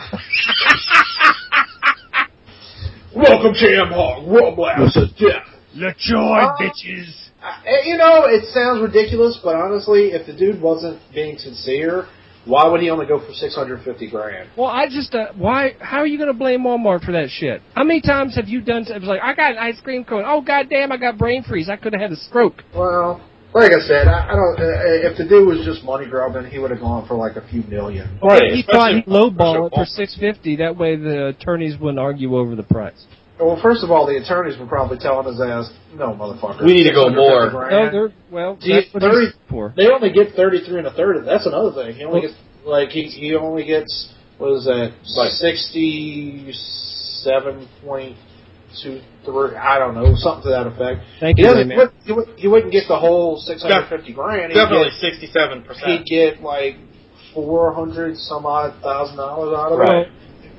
Speaker 6: Welcome to M Hog. Rum laughs at death.
Speaker 4: Oh,
Speaker 2: LaJoy,
Speaker 6: bitches. Eh, You know, it sounds ridiculous, but honestly, if the dude wasn't being sincere, Why would he only go for six hundred fifty grand?
Speaker 2: Well, I just uh, why? How are you going to blame Walmart for that shit? How many times have you done? It was like I got an ice cream cone. Oh goddamn, I got brain freeze. I could have had a stroke.
Speaker 6: Well, like I said, I, I don't. Uh, if the dude was just money grubbing, he would have gone for like a few million.
Speaker 2: Or
Speaker 8: Right,
Speaker 2: he thought
Speaker 8: especially-
Speaker 2: he'd lowball it for
Speaker 8: especially-
Speaker 2: six fifty. That way the attorneys wouldn't argue over the price.
Speaker 6: Well, first of all, the attorneys were probably telling his ass, "No, motherfucker,
Speaker 5: We need to go
Speaker 6: 650
Speaker 5: more."
Speaker 2: No,
Speaker 6: grand."
Speaker 2: they're well.
Speaker 6: See,
Speaker 2: that's what he's
Speaker 6: thirty-
Speaker 2: for.
Speaker 6: They only get thirty three and a third. of That's another thing. He only
Speaker 2: Well-
Speaker 6: gets like he he only gets what is that
Speaker 5: Like-
Speaker 6: sixty seven point two three? I don't know something to that effect.
Speaker 2: Thank
Speaker 6: He
Speaker 2: you,
Speaker 6: doesn't.
Speaker 2: Rayman.
Speaker 6: He, would, he, would, he wouldn't get the whole six hundred fifty grand. He'd
Speaker 8: Definitely
Speaker 6: get-
Speaker 8: sixty-seven
Speaker 6: he'd
Speaker 8: percent.
Speaker 6: get like four hundred some odd thousand dollars out of
Speaker 5: Right.
Speaker 6: it.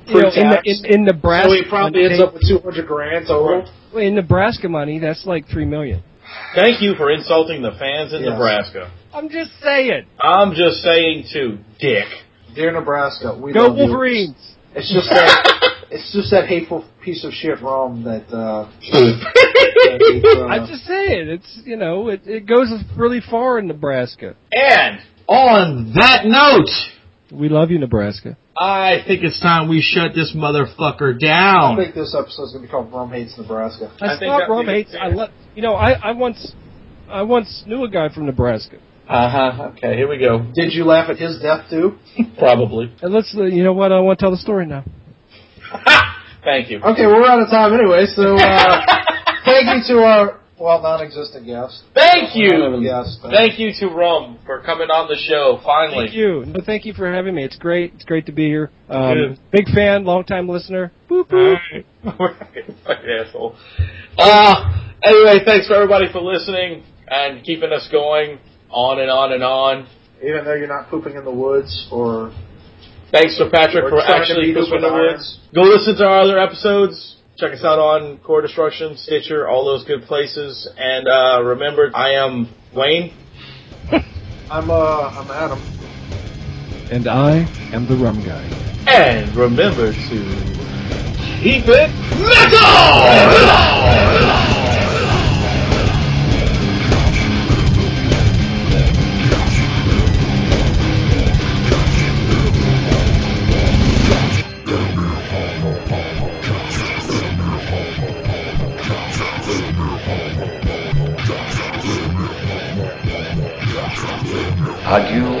Speaker 2: You know, in, the,
Speaker 6: pre-tax.
Speaker 2: in, in Nebraska,
Speaker 6: So he probably
Speaker 2: they-
Speaker 6: ends up with two hundred grand total.
Speaker 2: in Nebraska money. That's like three million.
Speaker 8: Thank you for insulting the fans in
Speaker 6: Yes.
Speaker 8: Nebraska.
Speaker 2: I'm just saying.
Speaker 8: I'm just saying, too, Dick.
Speaker 6: Dear Nebraska, we
Speaker 2: Go
Speaker 6: love you.
Speaker 2: Wolverines.
Speaker 6: It's just that it's just that hateful piece of shit rum that. Uh, that they, uh,
Speaker 2: I'm just saying. It's you know it, it goes really far in Nebraska.
Speaker 5: And on that note,
Speaker 2: We love you, Nebraska.
Speaker 5: I think it's time we shut this motherfucker
Speaker 6: I
Speaker 5: down.
Speaker 6: think this episode's gonna be called Rum Hates Nebraska.
Speaker 2: I,
Speaker 8: I think
Speaker 2: thought
Speaker 8: that'd
Speaker 2: Rum
Speaker 8: be a
Speaker 2: hates.
Speaker 8: good
Speaker 2: I
Speaker 8: idea.
Speaker 2: love. You know, I, I once, I once knew a guy from Nebraska.
Speaker 5: Uh huh. Okay, here we go.
Speaker 6: Did you laugh at his death too?
Speaker 5: Probably.
Speaker 2: And let's. uh, You know what? I want to tell the story now.
Speaker 5: Thank you.
Speaker 6: Okay, we're out of time anyway, so uh, thank you to our well non-existent guest.
Speaker 5: Thank you.
Speaker 6: Yes.
Speaker 5: Thank you to Rum for coming on the show finally.
Speaker 2: Thank you. No, thank you for having me. It's great. It's great to be here.
Speaker 8: Good.
Speaker 2: Um, big fan, long time listener. Boop, boop.
Speaker 8: Alright. Fucking asshole.
Speaker 5: Uh, anyway, thanks for everybody for listening and keeping us going on and on and on.
Speaker 6: Even though you're not pooping in the woods or
Speaker 5: Thanks to Patrick
Speaker 6: Or
Speaker 5: for
Speaker 6: trying to
Speaker 5: actually
Speaker 6: beat us
Speaker 5: pooping
Speaker 6: with
Speaker 5: the
Speaker 6: iron.
Speaker 5: woods. Go listen to our other episodes. Check us out on Core Destruction, Stitcher, all those good places. And uh, remember, I am Wayne.
Speaker 6: I'm uh I'm Adam.
Speaker 2: And I am the rum guy.
Speaker 5: And remember to keep it metal!
Speaker 9: Adieu,